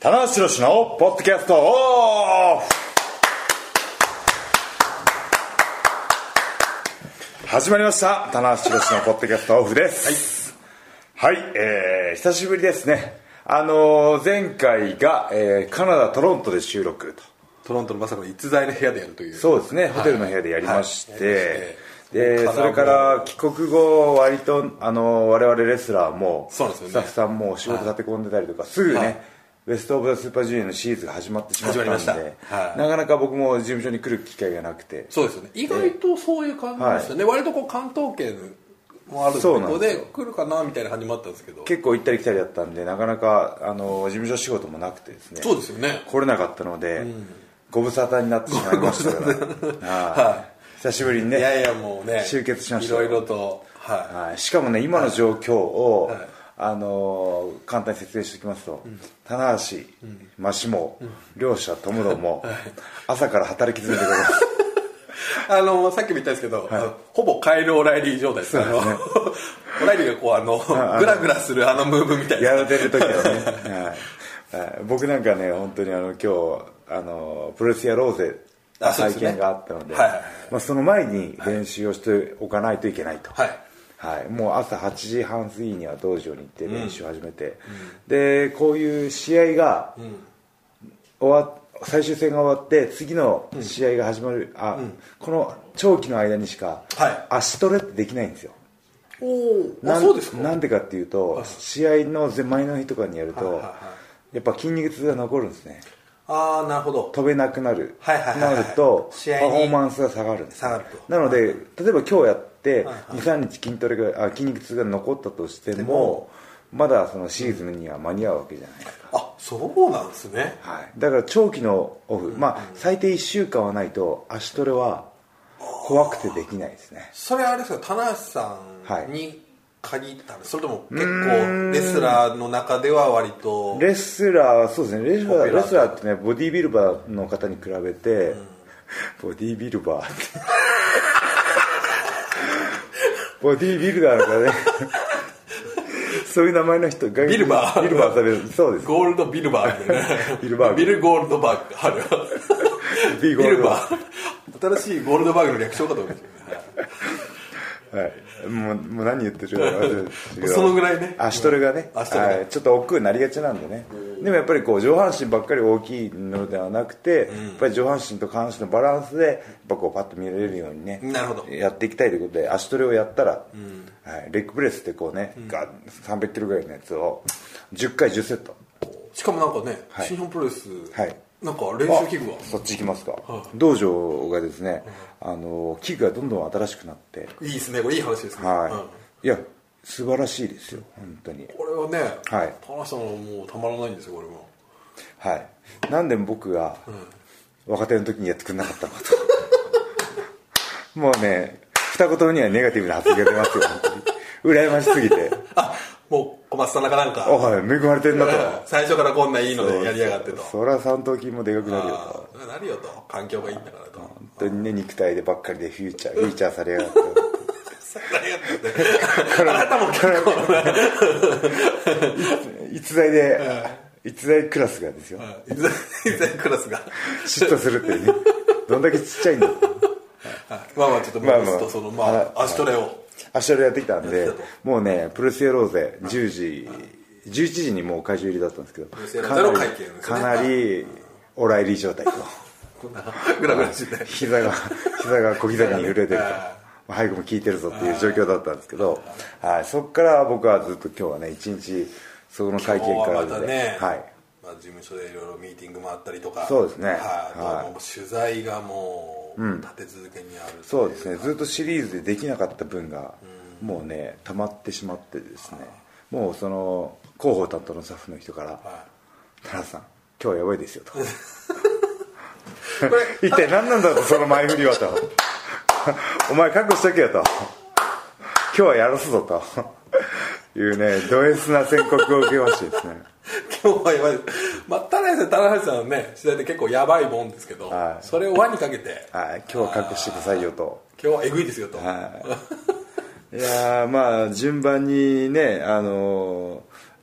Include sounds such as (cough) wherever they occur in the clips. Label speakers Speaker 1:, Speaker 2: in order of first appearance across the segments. Speaker 1: 棚橋宏のポッドキャストオフ始まりました棚橋宏のポッドキャストオフですはい、えー久しぶりですねあのー前回が、えーカナダトロントで収録と
Speaker 2: トロントのまさかの逸材の部屋でやるという
Speaker 1: そうですね、ホテルの部屋でやりまして、
Speaker 2: はいやりまして
Speaker 1: で
Speaker 2: もう
Speaker 1: それから帰国後割とあの我々レスラーも
Speaker 2: そうなんですよね
Speaker 1: スタッフさんも仕事立て込んでたりとか、すぐね、
Speaker 2: はい
Speaker 1: ベスト・オブ・ザ・スーパージュニアのシリーズが始まってしまったんで
Speaker 2: 始まりましたはい
Speaker 1: なかなか僕も事務所に来る機会がなくて
Speaker 2: そうですよね意外とそういう感じですよね、割とこう関東圏もある
Speaker 1: そ
Speaker 2: と
Speaker 1: うなん
Speaker 2: こ
Speaker 1: です
Speaker 2: で来るかなみたいな感じもあったんですけど
Speaker 1: 結構行ったり来たりだったんでなかなかあの事務所仕事もなくてですね
Speaker 2: そうですよね
Speaker 1: 来れなかったので、ご無沙汰になってしまいましたから、はい久しぶりにね
Speaker 2: いやいやもうね
Speaker 1: 集結しました
Speaker 2: いろいろとは
Speaker 1: はい、しかもね今の状況を、
Speaker 2: はい
Speaker 1: あのー簡単に説明しておきますと、棚橋、マシモ、両者ともども、朝から働き続けてます
Speaker 2: いあのさっきも言ったんですけど、あのほぼカイル・オライリー状態ですあのオライリーがこうあのグラグラするあのムーブみ (laughs) たい
Speaker 1: や
Speaker 2: な
Speaker 1: られてる時はね、はいはい、僕なんかね本当にあの今日あのプロレスやろうぜ
Speaker 2: あそうで
Speaker 1: 体
Speaker 2: すね
Speaker 1: 験があったので
Speaker 2: はいはいはい
Speaker 1: まあ、その前に練習をしておかないといけないと、
Speaker 2: はい
Speaker 1: はい、もう朝8時半過ぎには道場に行って練習を始めて、でこういう試合が終わ最終戦が終わって次の試合が始まる、あこの長期の間にしか
Speaker 2: はい
Speaker 1: 足トレってできないんですよ、
Speaker 2: おお
Speaker 1: な
Speaker 2: あ
Speaker 1: ん
Speaker 2: そうですか
Speaker 1: なんでかっていうと、試合の前前の日とかにやると、
Speaker 2: はいはいは
Speaker 1: やっぱ筋肉痛が残るんですね
Speaker 2: ああなるほど
Speaker 1: 飛べなくなる、
Speaker 2: はいはいはいはい
Speaker 1: なると
Speaker 2: 試
Speaker 1: パ
Speaker 2: 合
Speaker 1: フ
Speaker 2: に
Speaker 1: ォーマンスが下がるんです
Speaker 2: 下がると
Speaker 1: なので例えば今日やって
Speaker 2: はいはい
Speaker 1: 23日筋トレがあ筋肉痛が残ったとしても
Speaker 2: も
Speaker 1: まだそのシーズンには間に合うわけじゃないですか、
Speaker 2: あそうなんですね
Speaker 1: はい、だから長期のオフ、まあ、最低1週間はないと足トレは怖くてできないですね
Speaker 2: それあれですか棚橋さ
Speaker 1: はい
Speaker 2: んに限ったんですそれとも結構レスラーの中では割と
Speaker 1: レスラーはそうですねレスラ
Speaker 2: ポピ
Speaker 1: ー
Speaker 2: ュラー
Speaker 1: レスラーってねボディービルバーの方に比べて、ボディービルバーってボディービルダーの方ねそういう名前の人が
Speaker 2: ビルバー
Speaker 1: ビルバーされるそうです
Speaker 2: ゴールドビルバーみたいな
Speaker 1: ビルバーグ
Speaker 2: ビルゴールドバーグある
Speaker 1: (laughs) ビ
Speaker 2: ビ
Speaker 1: ゴール
Speaker 2: ル
Speaker 1: ドバ
Speaker 2: バー新しいゴールドバーグの略称かと思いましたね
Speaker 1: はい、もうもう何言ってるか忘れてるけど
Speaker 2: そのぐらいね
Speaker 1: 足トレがね、
Speaker 2: 足トレが
Speaker 1: はいちょっと億劫になりがちなんでねでもやっぱりこう上半身ばっかり大きいのではなくて、やっぱり上半身と下半身のバランスでやっぱこうパッと見られるようにね
Speaker 2: なるほど
Speaker 1: やっていきたいということで足トレをやったら、はい、レッグプレスってこうね、ガッ300キロぐらいのやつを10回10セット
Speaker 2: しかもなんかね、
Speaker 1: はい
Speaker 2: 新日本プロレス、
Speaker 1: はい
Speaker 2: なんか練習器具が
Speaker 1: あそっち行きますか、道場がですね、あの器具がどんどん新しくなって
Speaker 2: いいですねこれいい話ですね、
Speaker 1: はい、
Speaker 2: うん
Speaker 1: いや素晴らしいですよ本当に
Speaker 2: これはね、
Speaker 1: はい
Speaker 2: 棚橋さんはもうたまらないんですよこれも
Speaker 1: はいなんで僕が若手の時にやってくれなかったのかと (laughs) もうね二言目にはネガティブな発言が出ますよ本当に羨ましすぎて
Speaker 2: あもう小松さんなんかなんか
Speaker 1: おい恵まれてんなと
Speaker 2: (laughs) 最初からこんないいのでやりやがってと
Speaker 1: そりゃ三頭筋もでかくなるよと
Speaker 2: ああなるよと環境がいいんだからと
Speaker 1: 本当にね肉体でばっかりでフューチャーフューチャーされやがって
Speaker 2: (laughs) そんなやつねあなたも結構な
Speaker 1: 逸材で逸材クラスがですよ
Speaker 2: いずれいずれクラスが
Speaker 1: 嫉妬するっていうねどんだけちっちゃいんだって
Speaker 2: まあまあちょっと
Speaker 1: まあまあ
Speaker 2: まずとそのまあ足トレを
Speaker 1: 足トレやってきたんでもうねプロレスやろうぜ10時11時にもう会場入りだったんですけど
Speaker 2: レスやろう
Speaker 1: か
Speaker 2: ぜ
Speaker 1: な
Speaker 2: の
Speaker 1: り
Speaker 2: 会見ですね
Speaker 1: かなりオラ入り状態と
Speaker 2: こんなグラグラして
Speaker 1: (laughs) 膝が膝が小刻みに震えてると
Speaker 2: あ
Speaker 1: まあ早くも効いてるぞっていう状況だったんですけどはいそこから僕はずっと今日はね一日その会見
Speaker 2: も
Speaker 1: か
Speaker 2: う
Speaker 1: ら
Speaker 2: ま
Speaker 1: で
Speaker 2: たね
Speaker 1: はい
Speaker 2: まあ事務所でいろいろミーティングもあったりとか
Speaker 1: そうですね
Speaker 2: はい
Speaker 1: はい
Speaker 2: あともう取材がもう立て続けにある
Speaker 1: そうですね
Speaker 2: ず
Speaker 1: ずっとシリーズでできなかった分がもうね溜まってしまってですねもうその広報担当のスタッフの人から「田中さん今日はやばいですよ」と「一体何なんだとその前振りは」と「お前覚悟しとけよ」と「今日はやらすぞ」というねド S な宣告を受けましてですね
Speaker 2: 今日はやばいまあ田辺さん田辺さんのね取材って結構やばいもんですけど
Speaker 1: はい
Speaker 2: それを輪にかけて
Speaker 1: はい今日は覚悟してくださいよと
Speaker 2: 今日はえぐいですよと
Speaker 1: はいいやーまあ順番にねあのー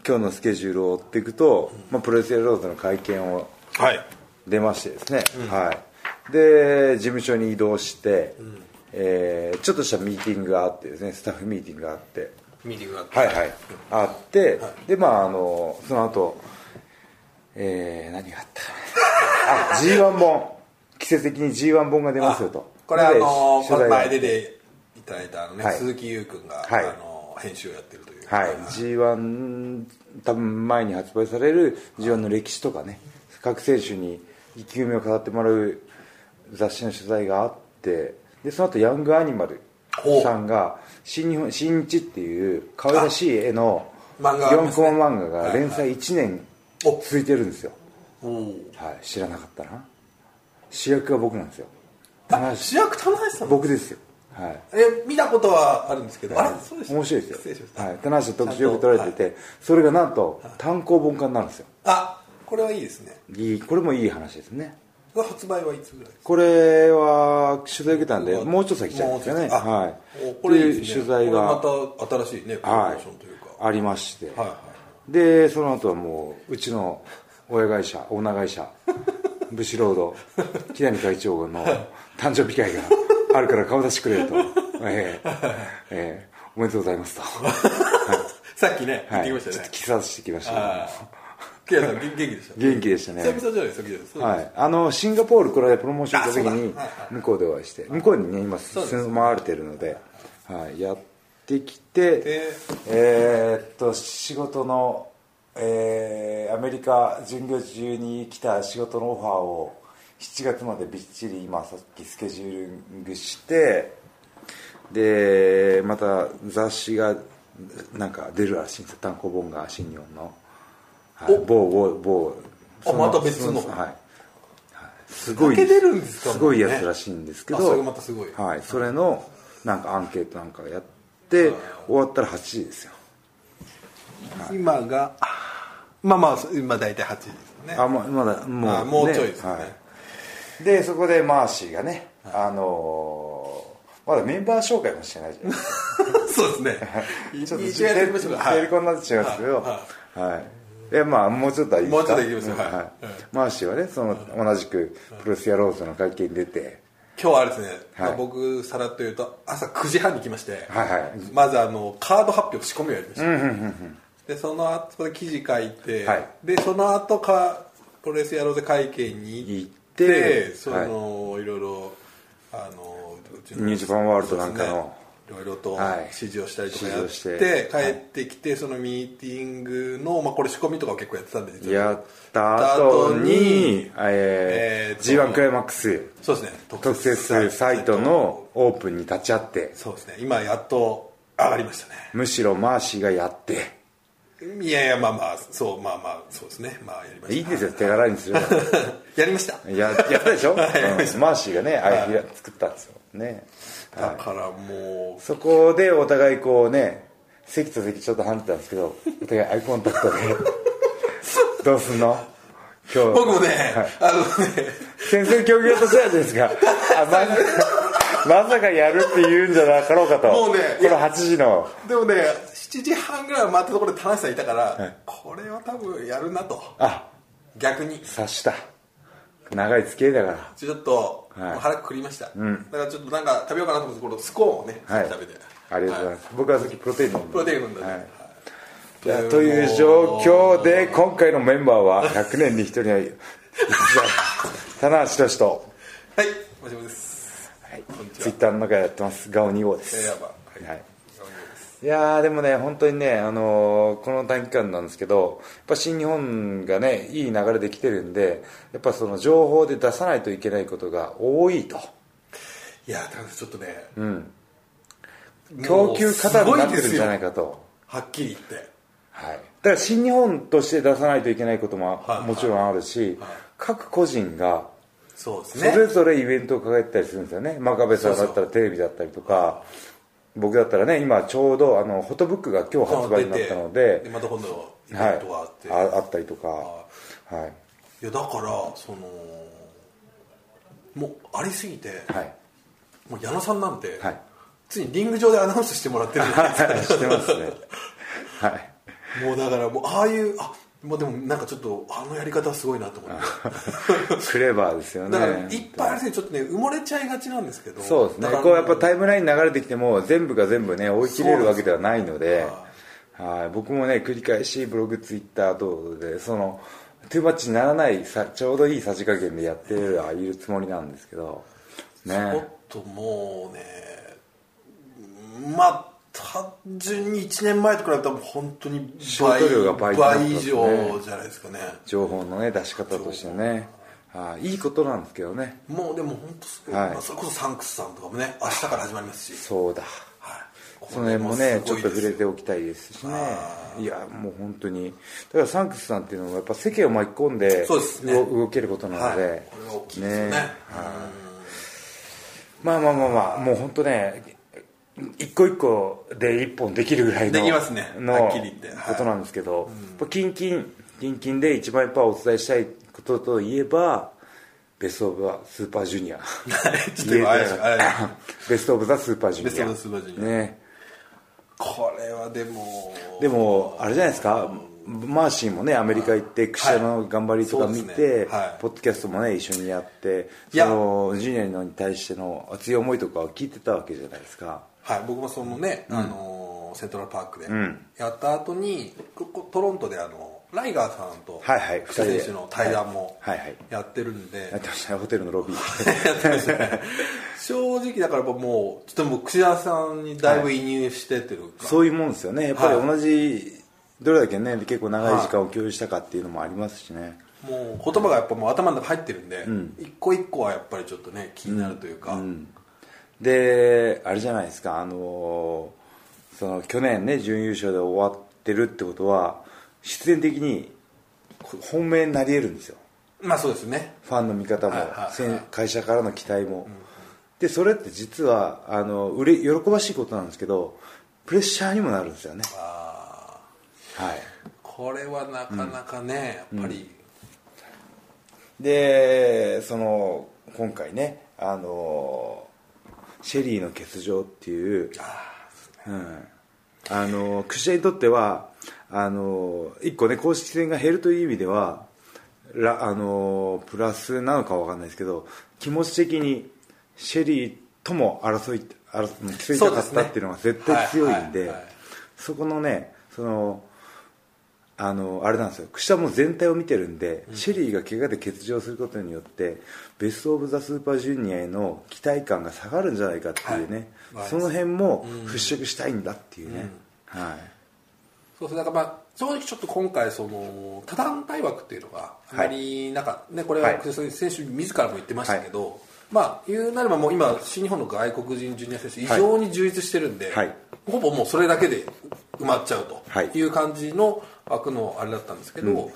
Speaker 1: 今日のスケジュールを追っていくと、まあ、プロレスエローズの会見を
Speaker 2: はい
Speaker 1: 出ましてですね、はい、で事務所に移動して、えーちょっとしたミーティングがあってですねスタッフミーティングがあって
Speaker 2: ミーティングがあって
Speaker 1: はいはいあって、でまああのその後えー、何があったあ G1 本季節的に G1 本が出ますよと
Speaker 2: これあ
Speaker 1: で
Speaker 2: の
Speaker 1: 取
Speaker 2: この
Speaker 1: 材が
Speaker 2: 前出ていただいたあのね、
Speaker 1: はい
Speaker 2: 鈴木優君が、
Speaker 1: はい
Speaker 2: あの編集をやってるという
Speaker 1: はい、G1 多分前に発売される G1 の歴史とかね各選手に意気込みを語ってもらう雑誌の取材があってでその後ヤングアニマル
Speaker 2: ほう
Speaker 1: さんが新日本新日っていう可愛らしい絵の
Speaker 2: あ漫画ありま
Speaker 1: 4
Speaker 2: す
Speaker 1: コ
Speaker 2: ね
Speaker 1: マ漫画が連載1年
Speaker 2: お
Speaker 1: 続いてるんですよ、
Speaker 2: おー
Speaker 1: はい、知らなかったな主役が僕なんですよ
Speaker 2: あ主役田中さん
Speaker 1: 僕ですよはい
Speaker 2: え見たことはあるんですけど、あれそうでした
Speaker 1: 面白い
Speaker 2: 失
Speaker 1: です
Speaker 2: 礼し
Speaker 1: よ
Speaker 2: まし、た、
Speaker 1: はい、棚橋特集よく取られてて、それがなんと単行本化になるんですよ
Speaker 2: あこれはいいですね
Speaker 1: いいこれもいい話ですね
Speaker 2: これ発売はいつぐらいですか
Speaker 1: これは取材受けたんで
Speaker 2: うわ
Speaker 1: もうちょっと先ちゃうんですよね
Speaker 2: もうちょっとあ
Speaker 1: はい
Speaker 2: おこれいい
Speaker 1: って
Speaker 2: で
Speaker 1: い
Speaker 2: す
Speaker 1: う取
Speaker 2: ね
Speaker 1: 材が
Speaker 2: これまた新しいねプロモ
Speaker 1: は
Speaker 2: ーションというか、
Speaker 1: いありまして、
Speaker 2: はいは
Speaker 1: でその後はもううちの親会社オーナー会社 (laughs) ブシロード木谷会長の誕生日会があるから顔出してくれよとええええおめでとうござい
Speaker 2: (laughs)
Speaker 1: ますと、
Speaker 2: さっきね言
Speaker 1: は
Speaker 2: っ
Speaker 1: い、ちょっと
Speaker 2: てきましたね
Speaker 1: 着させてきましたけども
Speaker 2: ああケイさん元気でした
Speaker 1: 元気でしたね
Speaker 2: 久々じゃないですかケイさん
Speaker 1: はい、あのシンガポールこれでプロモーションした時
Speaker 2: あそう
Speaker 1: に
Speaker 2: だはい
Speaker 1: 向こうでお会いして向こうにね今
Speaker 2: うです
Speaker 1: 住まわれてるので、はい、やってきて
Speaker 2: で
Speaker 1: えーっと仕事の、えーアメリカ巡業中に来た仕事のオファーを7月までびっちり今さっきスケジューリングしてでまた雑誌がなんか出るらしいんですよ単行本が新日本の、はい、某某某
Speaker 2: あ
Speaker 1: その
Speaker 2: また別の
Speaker 1: そはいすごい
Speaker 2: だけ出るんですか
Speaker 1: すごい
Speaker 2: もう
Speaker 1: や
Speaker 2: ね
Speaker 1: つらしいんですけ
Speaker 2: あそ
Speaker 1: ど
Speaker 2: れがまたすごい
Speaker 1: はい、それのなんかアンケートなんかやって終わったら8時ですよ
Speaker 2: 今がまあまあ今大体8時ですよね
Speaker 1: あままだもう、
Speaker 2: あもうちょいですね
Speaker 1: はい、でそこでマーシーがね、あのーまだメンバー紹介もしてないじゃないですか
Speaker 2: (laughs) そうですね
Speaker 1: (laughs) ちょっと
Speaker 2: 一応やってみましょうか
Speaker 1: テレコになってしまうんですけど
Speaker 2: は
Speaker 1: はいえまあもうちょっとはいいですか
Speaker 2: もうちょっと行きましょう
Speaker 1: うん
Speaker 2: はい
Speaker 1: いマーシーはねその同じくプロレスやローズの会見に出て
Speaker 2: 今日はあれですね、
Speaker 1: はい
Speaker 2: 僕さらっと言うと朝9時半に来まして、
Speaker 1: はいはい
Speaker 2: まずあのカード発表仕込みをやりました、でその後それ記事書いて、
Speaker 1: はい
Speaker 2: でその後かプロレスやろうぜ会見に行って
Speaker 1: 行って
Speaker 2: その、い、ろいろあのうちの
Speaker 1: ニュージャパンワールドなんかの
Speaker 2: そうですねいろいろと
Speaker 1: はい
Speaker 2: 指示をしたりとかやっ、
Speaker 1: 指示をしててはい
Speaker 2: 帰ってきてそのミーティングの、まあ、これ仕込みとかを結構やってたんで実は
Speaker 1: やった後に
Speaker 2: やった後え
Speaker 1: え
Speaker 2: ー
Speaker 1: ー
Speaker 2: と
Speaker 1: G1 クライマックス
Speaker 2: そうですね
Speaker 1: 特設サイトのオープンに立ち会って
Speaker 2: そうですね今やっと上がりましたね
Speaker 1: むしろマーシーがやって
Speaker 2: いやいやまあまあそうまあまあそうですねまあやりました
Speaker 1: いいですよ手柄にすれば
Speaker 2: (laughs) やりました
Speaker 1: ややったでしょ、
Speaker 2: はいやりまし
Speaker 1: うんマーシーがねあれひら作ったんですよね、
Speaker 2: だ
Speaker 1: は
Speaker 2: からも
Speaker 1: い、そこでお互いこうね席と席ちょっと離れてたんですけどお互いアイコンタク
Speaker 2: (laughs)
Speaker 1: トでどうすんの今日
Speaker 2: う僕もねあのね
Speaker 1: 先生競技用としてはですがあまさまさかやるって言うんじゃなかろうかと
Speaker 2: もうね
Speaker 1: この8時の
Speaker 2: でもね7時半ぐらい回ったところで田中さんいたから、これは多分やるなと
Speaker 1: あ
Speaker 2: 逆に
Speaker 1: 察した長い付き合いだから
Speaker 2: ちょっと、
Speaker 1: はい
Speaker 2: もう腹くくりました、だからちょっとなんか食べようかなと思ってこのスコーンをね、
Speaker 1: はい
Speaker 2: 食べて
Speaker 1: ありがとうござい
Speaker 2: は
Speaker 1: ます、僕はさっきプロテイン飲んで
Speaker 2: プロテイン飲んだね
Speaker 1: はいいやという状況で今回のメンバーは100年に1人はい棚橋俊と
Speaker 2: はいもしもしですこんにちは
Speaker 1: ツイッターの中やってますガオ2号で
Speaker 2: えー
Speaker 1: す
Speaker 2: やばはい、
Speaker 1: はい
Speaker 2: 頑張ります
Speaker 1: いやーでもね本当にね、あのーこの短期間なんですけどやっぱ新日本がねいい流れで来てるんでやっぱその情報で出さないといけないことが多いと
Speaker 2: いや田中さんちょっとね、
Speaker 1: 供給過多になってるんじゃないいかと。
Speaker 2: はっきり言って
Speaker 1: はい、だから新日本として出さないといけないことも
Speaker 2: はい
Speaker 1: もちろんあるし、各個人が
Speaker 2: そうです
Speaker 1: そ
Speaker 2: ね
Speaker 1: れぞれイベントを抱えてたりするんですよね真壁さんだったらテレビだったりとか僕だったらね今ちょうどあのフォトブックが今日発売になったので
Speaker 2: また今度イベントがあって、
Speaker 1: はい
Speaker 2: い、
Speaker 1: ああったりとか、はい
Speaker 2: やだからそのもうありすぎて、
Speaker 1: (laughs) はい、
Speaker 2: もう矢野さんなんて、
Speaker 1: はい (laughs)
Speaker 2: ついにリング上でアナウンスしてもらってるじゃないですか
Speaker 1: はい、してますねはい
Speaker 2: (laughs) もうだからもうああいうあまあでもなんかちょっとあのやり方すごいなと
Speaker 1: (laughs)
Speaker 2: 思って
Speaker 1: クレバーですよね
Speaker 2: だからいっぱいある人ちょっとね埋もれちゃいがちなんですけど
Speaker 1: そうですね
Speaker 2: だから
Speaker 1: こうやっぱタイムライン流れてきても全部が全部ね追い切れるわけではないのではい僕もね繰り返しブログツイッター等でそのトゥーマッチにならないさちょうどいいさじ加減でやってはいるつもりなんですけど
Speaker 2: ちょ
Speaker 1: ね
Speaker 2: っともうねまあ単純に1年前と比べたら本当に
Speaker 1: 消
Speaker 2: 倍
Speaker 1: 費量が倍になってますね
Speaker 2: 倍以上じゃないですかね
Speaker 1: 情報のね出し方としてねはいいいことなんですけどね
Speaker 2: もうでも本当すごい、
Speaker 1: はい
Speaker 2: まあそれこそサンクスさんとかもね明日から始まりますし、
Speaker 1: そうだ
Speaker 2: はい、
Speaker 1: その辺もねちょっと触れ
Speaker 2: て
Speaker 1: ておきたいですしねいやもう本当にだからサンクスさんっていうのはやっぱ世間を巻き込んで
Speaker 2: そうですね
Speaker 1: 動動けることなので、
Speaker 2: はい、これは大きいですよね
Speaker 1: まあまあまあまあもう本当ね一個一個で一本できるぐらいの
Speaker 2: できますね
Speaker 1: の
Speaker 2: はっきり言ってはい
Speaker 1: ことなんですけど、やっぱキンキンキンキンで一番やっぱお伝えしたいことといえばベスト・オブ・ザ・スーパージュニア
Speaker 2: うん (laughs) ちょっと今怪しい怪しい
Speaker 1: ベスト・オブ・ザ・スーパージュニア
Speaker 2: ベストオブザスーパージュニア
Speaker 1: ね
Speaker 2: これはでも
Speaker 1: でもあれじゃないですかマーシーもねアメリカ行ってクシャの頑張りとか見
Speaker 2: そう
Speaker 1: て、
Speaker 2: ですねはい
Speaker 1: ポッドキャストもね一緒にやって
Speaker 2: い
Speaker 1: そ
Speaker 2: や
Speaker 1: のジュニアのに対しての熱い思いとかを聞いてたわけじゃないですか
Speaker 2: はい、僕もそのね、あのーセントラルパークでやった後に、ここトロントであのライガーさんと
Speaker 1: はいはい
Speaker 2: 福田選手の対談も
Speaker 1: はいはいはい
Speaker 2: やってるんで、
Speaker 1: やってましたねホテルのロビー (laughs)
Speaker 2: やってましたね正直だからやっぱもうちょっともう串田さんにだいぶ移入してっていうか、
Speaker 1: そういうもんですよねやっぱり
Speaker 2: はい
Speaker 1: 同じ、どれだけね結構長い時間を共有したかっていうのもありますしね、
Speaker 2: もう言葉がやっぱもう頭の中入ってるんで、一個一個はやっぱりちょっとね気になるというか、
Speaker 1: であれじゃないですかあのーその去年ね準優勝で終わってるってことは必然的にこ本命になり得るんですよ
Speaker 2: まあそうですね
Speaker 1: ファンの見方も、
Speaker 2: はいはいはい
Speaker 1: せん会社からの期待も、でそれって実はあのうれ喜ばしいことなんですけどプレッシャーにもなるんですよね
Speaker 2: あ
Speaker 1: はい
Speaker 2: ーこれはなかなかね、やっぱり、
Speaker 1: でその今回ねあのシェリーの欠場っていううんあのクシャにとってはあの一個ね公式戦が減るという意味ではらあのプラスなのかわかんないですけど気持ち的にシェリーとも争い争いたかったっていうのが絶対強いん
Speaker 2: そうですねはいはい
Speaker 1: で
Speaker 2: はい
Speaker 1: そこのねそのあのあれなんですよ櫛田も全体を見てるんで、シェリーが怪我で欠場することによってベスト・オブ・ザ・スーパージュニアへの期待感が下がるんじゃないかっていうね、
Speaker 2: はい
Speaker 1: その辺も払拭したいんだっていうね、はい
Speaker 2: そうですね、だからまあ正直ちょっと今回その多団体枠っていうのがあまりなんか、ねこれ
Speaker 1: は
Speaker 2: はい選手自らも言ってましたけど、まあ言うなればもう今新日本の外国人ジュニア選手非常に充実してるんで、
Speaker 1: はい
Speaker 2: ほぼもうそれだけで埋まっちゃう
Speaker 1: はい
Speaker 2: という感じの枠のあれだったんですけど、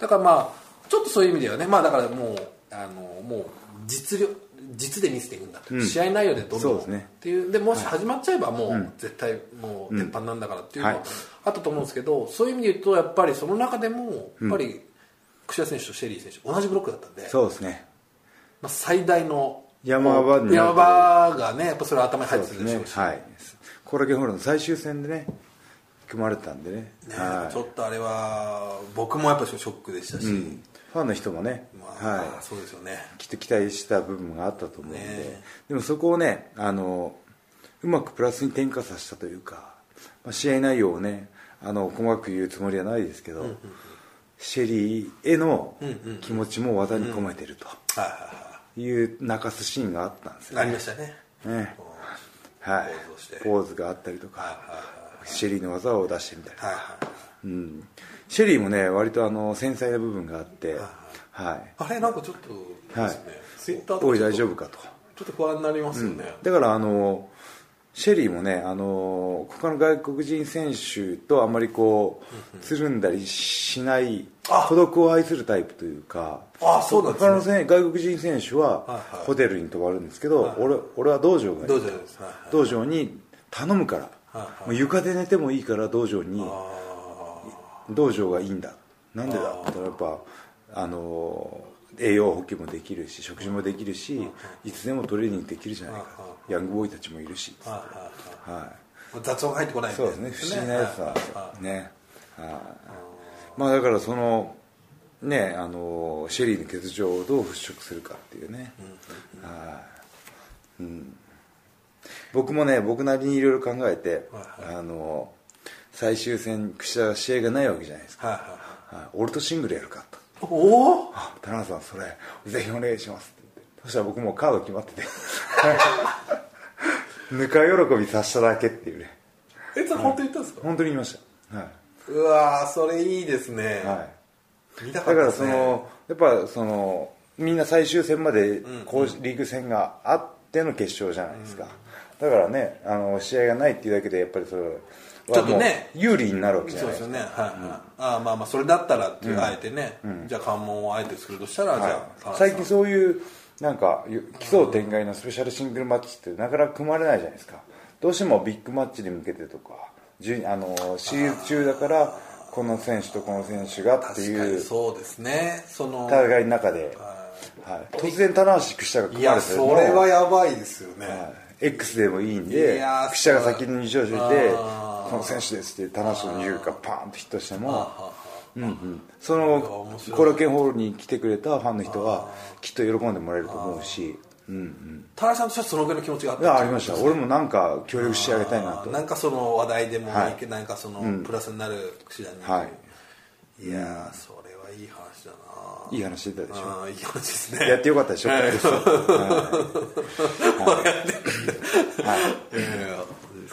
Speaker 2: だからまあちょっとそういう意味ではねまあだからもうあのもう実力実で見せていくんだと、試合内容でどん
Speaker 1: そ
Speaker 2: ど
Speaker 1: うんですね
Speaker 2: っていうでもし始まっちゃえばもう絶対もう鉄板なんだからっていうの
Speaker 1: は
Speaker 2: はいあったと思うんですけど、そういう意味で言うとやっぱりその中でもやっぱり櫛田選手とシェリー選手同じブロックだったんで、
Speaker 1: そうですね
Speaker 2: まあ、最大の
Speaker 1: 山場になる
Speaker 2: 山場がねやっぱそれは頭に
Speaker 1: そう
Speaker 2: 入っ
Speaker 1: で
Speaker 2: て
Speaker 1: す
Speaker 2: るでし
Speaker 1: ね
Speaker 2: ょうし、
Speaker 1: はいコラケンホールの最終戦でね組まれてたんでね
Speaker 2: ね
Speaker 1: はい
Speaker 2: ちょっとあれは僕もやっぱショックでしたし、
Speaker 1: ファンの人もね、
Speaker 2: まあ、
Speaker 1: はい、
Speaker 2: そうですよね
Speaker 1: きっと期待した部分があったと思うんで、
Speaker 2: ねえ
Speaker 1: でもそこをねあのうまくプラスに転化させたというか、まあ、試合内容をねあの細かく言うつもりはないですけど、シェリーへの気持ちも技に込めてると
Speaker 2: はいはいは
Speaker 1: いう泣かすシーンがあったんです
Speaker 2: い
Speaker 1: よ
Speaker 2: なり
Speaker 1: ね
Speaker 2: ましたね
Speaker 1: ね
Speaker 2: うん
Speaker 1: はい
Speaker 2: ポーズをして
Speaker 1: ポーズがあったりと
Speaker 2: はい
Speaker 1: か
Speaker 2: は
Speaker 1: シェリーの技を出してみたりとか
Speaker 2: いはいはい
Speaker 1: うんシェリーもね割とあの繊細な部分があってはい
Speaker 2: あれなんかちょっと
Speaker 1: は
Speaker 2: ですね、ツイッター
Speaker 1: い
Speaker 2: と
Speaker 1: お
Speaker 2: か
Speaker 1: い
Speaker 2: ちょっ
Speaker 1: 大
Speaker 2: と
Speaker 1: 丈夫かと
Speaker 2: ちょっと不安になりますよね、
Speaker 1: だからあのシェリーもねあの他の外国人選手とあんまりこうつるんだりしない
Speaker 2: あ
Speaker 1: 孤独を愛するタイプというか
Speaker 2: あそうなんですね
Speaker 1: 他の選外国人選手は
Speaker 2: はいはい
Speaker 1: ホテルに泊まるんですけど、俺俺は道場がいい
Speaker 2: どうじゃないですか、はいはい
Speaker 1: 道場に頼むから、
Speaker 2: はい
Speaker 1: もう床で寝てもいいから道場に
Speaker 2: あ
Speaker 1: 道場がいいんだなんでだって言ったらやっぱあの栄養補給もできるし食事もできるしいつでもトレーニングできるじゃないか
Speaker 2: うんうん
Speaker 1: ヤングボーイたちもいるし
Speaker 2: ーはいはいはい
Speaker 1: は
Speaker 2: 雑音が入ってこない
Speaker 1: い
Speaker 2: み
Speaker 1: そ
Speaker 2: た
Speaker 1: う
Speaker 2: い
Speaker 1: ですね不思議なやつなんですよねまあだからそのねあのシェリーの欠場をどう払拭するかっていうね、はいうん僕もね僕なりにいろいろ考えて、あの最終戦櫛田が試合がないわけじゃないですか、
Speaker 2: はいはいはい
Speaker 1: はい俺とシングルやるかと
Speaker 2: おお
Speaker 1: あ田中さんそれぜひお願いしますって言ってそしたら僕もうカード決まって (laughs) てぬか喜びさせただけっていうね
Speaker 2: えそれ本当に言ったんですか、
Speaker 1: 本当に言いましたは
Speaker 2: うわーそれいいですね
Speaker 1: い、はい
Speaker 2: 見た
Speaker 1: だか
Speaker 2: で
Speaker 1: ら
Speaker 2: す
Speaker 1: そ
Speaker 2: ね
Speaker 1: のやっぱそのみんな最終戦までこうリーグ戦があっての決勝じゃないですか、だからねあの試合がないっていうだけでやっぱりそれは
Speaker 2: ちょっとね
Speaker 1: もう有利になるわけじゃ
Speaker 2: そう
Speaker 1: ない
Speaker 2: で
Speaker 1: ですす
Speaker 2: よ
Speaker 1: か
Speaker 2: ね、はいはいああまあまあそれだったらっていう、あえてね、じゃあ関門をあえて作るとしたら、じゃ
Speaker 1: はい、
Speaker 2: あ田中さん
Speaker 1: 最近そういうなんか奇想天外なスペシャルシングルマッチってなかなか組まれないじゃないですかどうしてもビッグマッチに向けてとかじゅあのシリーズ中だからこの選手とこの選手がって
Speaker 2: 確か
Speaker 1: い
Speaker 2: に
Speaker 1: う
Speaker 2: そうですねその
Speaker 1: 戦いの中で、はい、突然棚橋くしゃが
Speaker 2: い
Speaker 1: 組ま
Speaker 2: や
Speaker 1: れて
Speaker 2: そ
Speaker 1: るのを
Speaker 2: れはやばいですよね、
Speaker 1: X でもいいん
Speaker 2: い
Speaker 1: で
Speaker 2: やー
Speaker 1: 記者が先に上手して
Speaker 2: あ
Speaker 1: この選手ですって田中の言うがパーンとヒットしてもうんうんそのコロケンホールに来てくれたファンの人はきっと喜んでもらえると思うしうんうん
Speaker 2: 田中さんとしてはそのぐらいの気持ちがあっ
Speaker 1: いや
Speaker 2: た
Speaker 1: ありました俺もなんか協力してあげたいなと
Speaker 2: なんかその話題でもいい
Speaker 1: はい
Speaker 2: けど、なんかそのプラスになる櫛田に、、
Speaker 1: はい
Speaker 2: やーそれはいい話だない
Speaker 1: い話してたでしょ
Speaker 2: あーいい話ですね
Speaker 1: やってよかったでしょ
Speaker 2: はい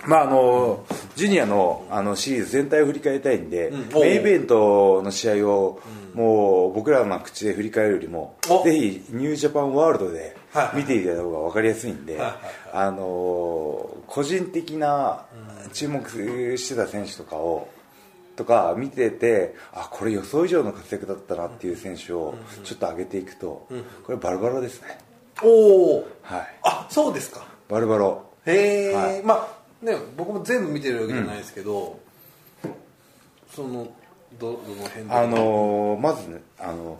Speaker 1: まああのジュニアのあのシリーズ全体を振り返りたいんで、
Speaker 2: おう
Speaker 1: メインイベントの試合を、もう僕らの口で振り返るよりも
Speaker 2: お
Speaker 1: ぜひニュージャパンワールドで
Speaker 2: はいはい
Speaker 1: 見ていただいた方が分かりやすいんで、あの個人的な注目してた選手とかをとか見ててあこれ予想以上の活躍だったなっていう選手をちょっと上げていくと、これバルバロですね
Speaker 2: おお
Speaker 1: はい
Speaker 2: あそうですか
Speaker 1: バルバロ
Speaker 2: へえ、
Speaker 1: はい
Speaker 2: まあね僕も全部見てるわけじゃないですけど、そのどどの辺で
Speaker 1: あのーまずね、あの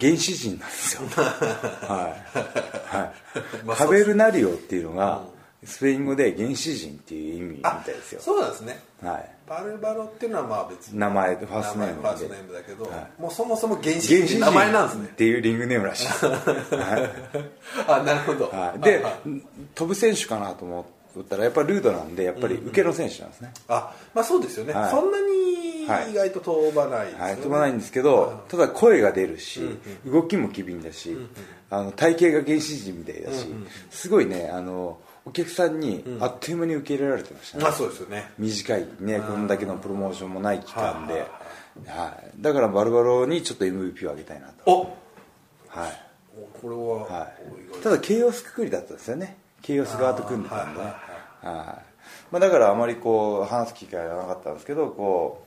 Speaker 1: 原始人なんですよ
Speaker 2: (laughs)
Speaker 1: はい、はい
Speaker 2: まあ
Speaker 1: カベルナリオっていうのが、スペイン語で原始人っていう意味みた
Speaker 2: あ
Speaker 1: いですよ
Speaker 2: そうなんですね
Speaker 1: はい
Speaker 2: バルバロっていうのはまあ別に
Speaker 1: 名前ファ
Speaker 2: 名
Speaker 1: ーストネ
Speaker 2: 前
Speaker 1: ー
Speaker 2: フ
Speaker 1: ム
Speaker 2: ァース
Speaker 1: で
Speaker 2: トネームだけど、
Speaker 1: は
Speaker 2: もうそもそも原始
Speaker 1: 原
Speaker 2: 人
Speaker 1: 始
Speaker 2: って名前なんです
Speaker 1: 人
Speaker 2: ね
Speaker 1: っていうリングネームらしいです、
Speaker 2: あなるほど、
Speaker 1: はい、
Speaker 2: あ
Speaker 1: で
Speaker 2: まあ
Speaker 1: 飛ぶ選手かなと思ったらやっぱりルードなんでやっぱり受けの選手なんですね、
Speaker 2: あまあそうですよね、
Speaker 1: はい
Speaker 2: そんなに意外と飛ばないですよね、
Speaker 1: はい、飛ばないんですけど、ただ声が出るし、動きも機敏だし、あの体型が原始人みたいだし、すごいねあの、お客さんにあっという間に受け入れられてましたね、
Speaker 2: まあそうですよね
Speaker 1: 短いね、こんだけのプロモーションもない期間で、はい、だからバルバロにちょっと MVP をあげたいなと、
Speaker 2: お
Speaker 1: はい
Speaker 2: おこれは、
Speaker 1: は
Speaker 2: お意
Speaker 1: い、
Speaker 2: 外
Speaker 1: ただ、ケイオスくくりだったんですよね、ケイオス側と組んでたんで、はいまあ、だからあまりこう話す機会がなかったんですけど、こう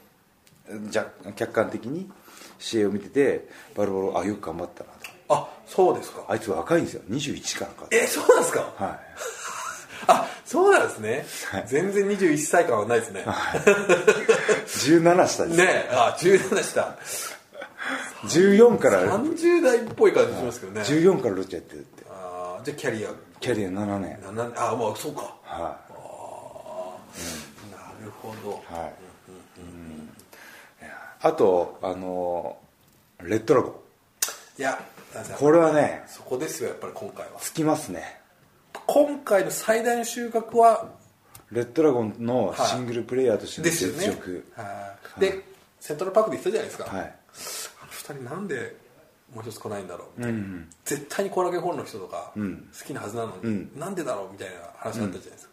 Speaker 1: じゃ客観的に試合を見てて、バルバロ、あよく頑張ったなと、
Speaker 2: あそうですか
Speaker 1: あいつ若いんですよ、21からか、
Speaker 2: えそうなんですか
Speaker 1: は
Speaker 2: あそうなんですね、全然21歳感はないですね、
Speaker 1: い、17歳です、
Speaker 2: ねえあ17した
Speaker 1: 14から、
Speaker 2: 30代っぽい感じしますけどね、
Speaker 1: 14からロッチやってるって、
Speaker 2: あーじゃあキャリア
Speaker 1: キャリア7年、
Speaker 2: 7あまあそうか
Speaker 1: は
Speaker 2: なるほど
Speaker 1: い、はい、あと、あのレッドラゴン、
Speaker 2: いやだから
Speaker 1: これはね、
Speaker 2: そこですよやっぱり今回は
Speaker 1: つきますね。
Speaker 2: 今回の最大の収穫は
Speaker 1: レッドラゴンのシングルプレイヤーとしての
Speaker 2: ですよ
Speaker 1: 実
Speaker 2: ね
Speaker 1: 力、
Speaker 2: はいでセントラルパークで言ったじゃないですか、
Speaker 1: はい
Speaker 2: あの2人なんでもう一つ来ないんだろうみたいな、絶対にコラゲホールの人とか好きなはずなのに、なんでだろうみたいな話だったじゃないです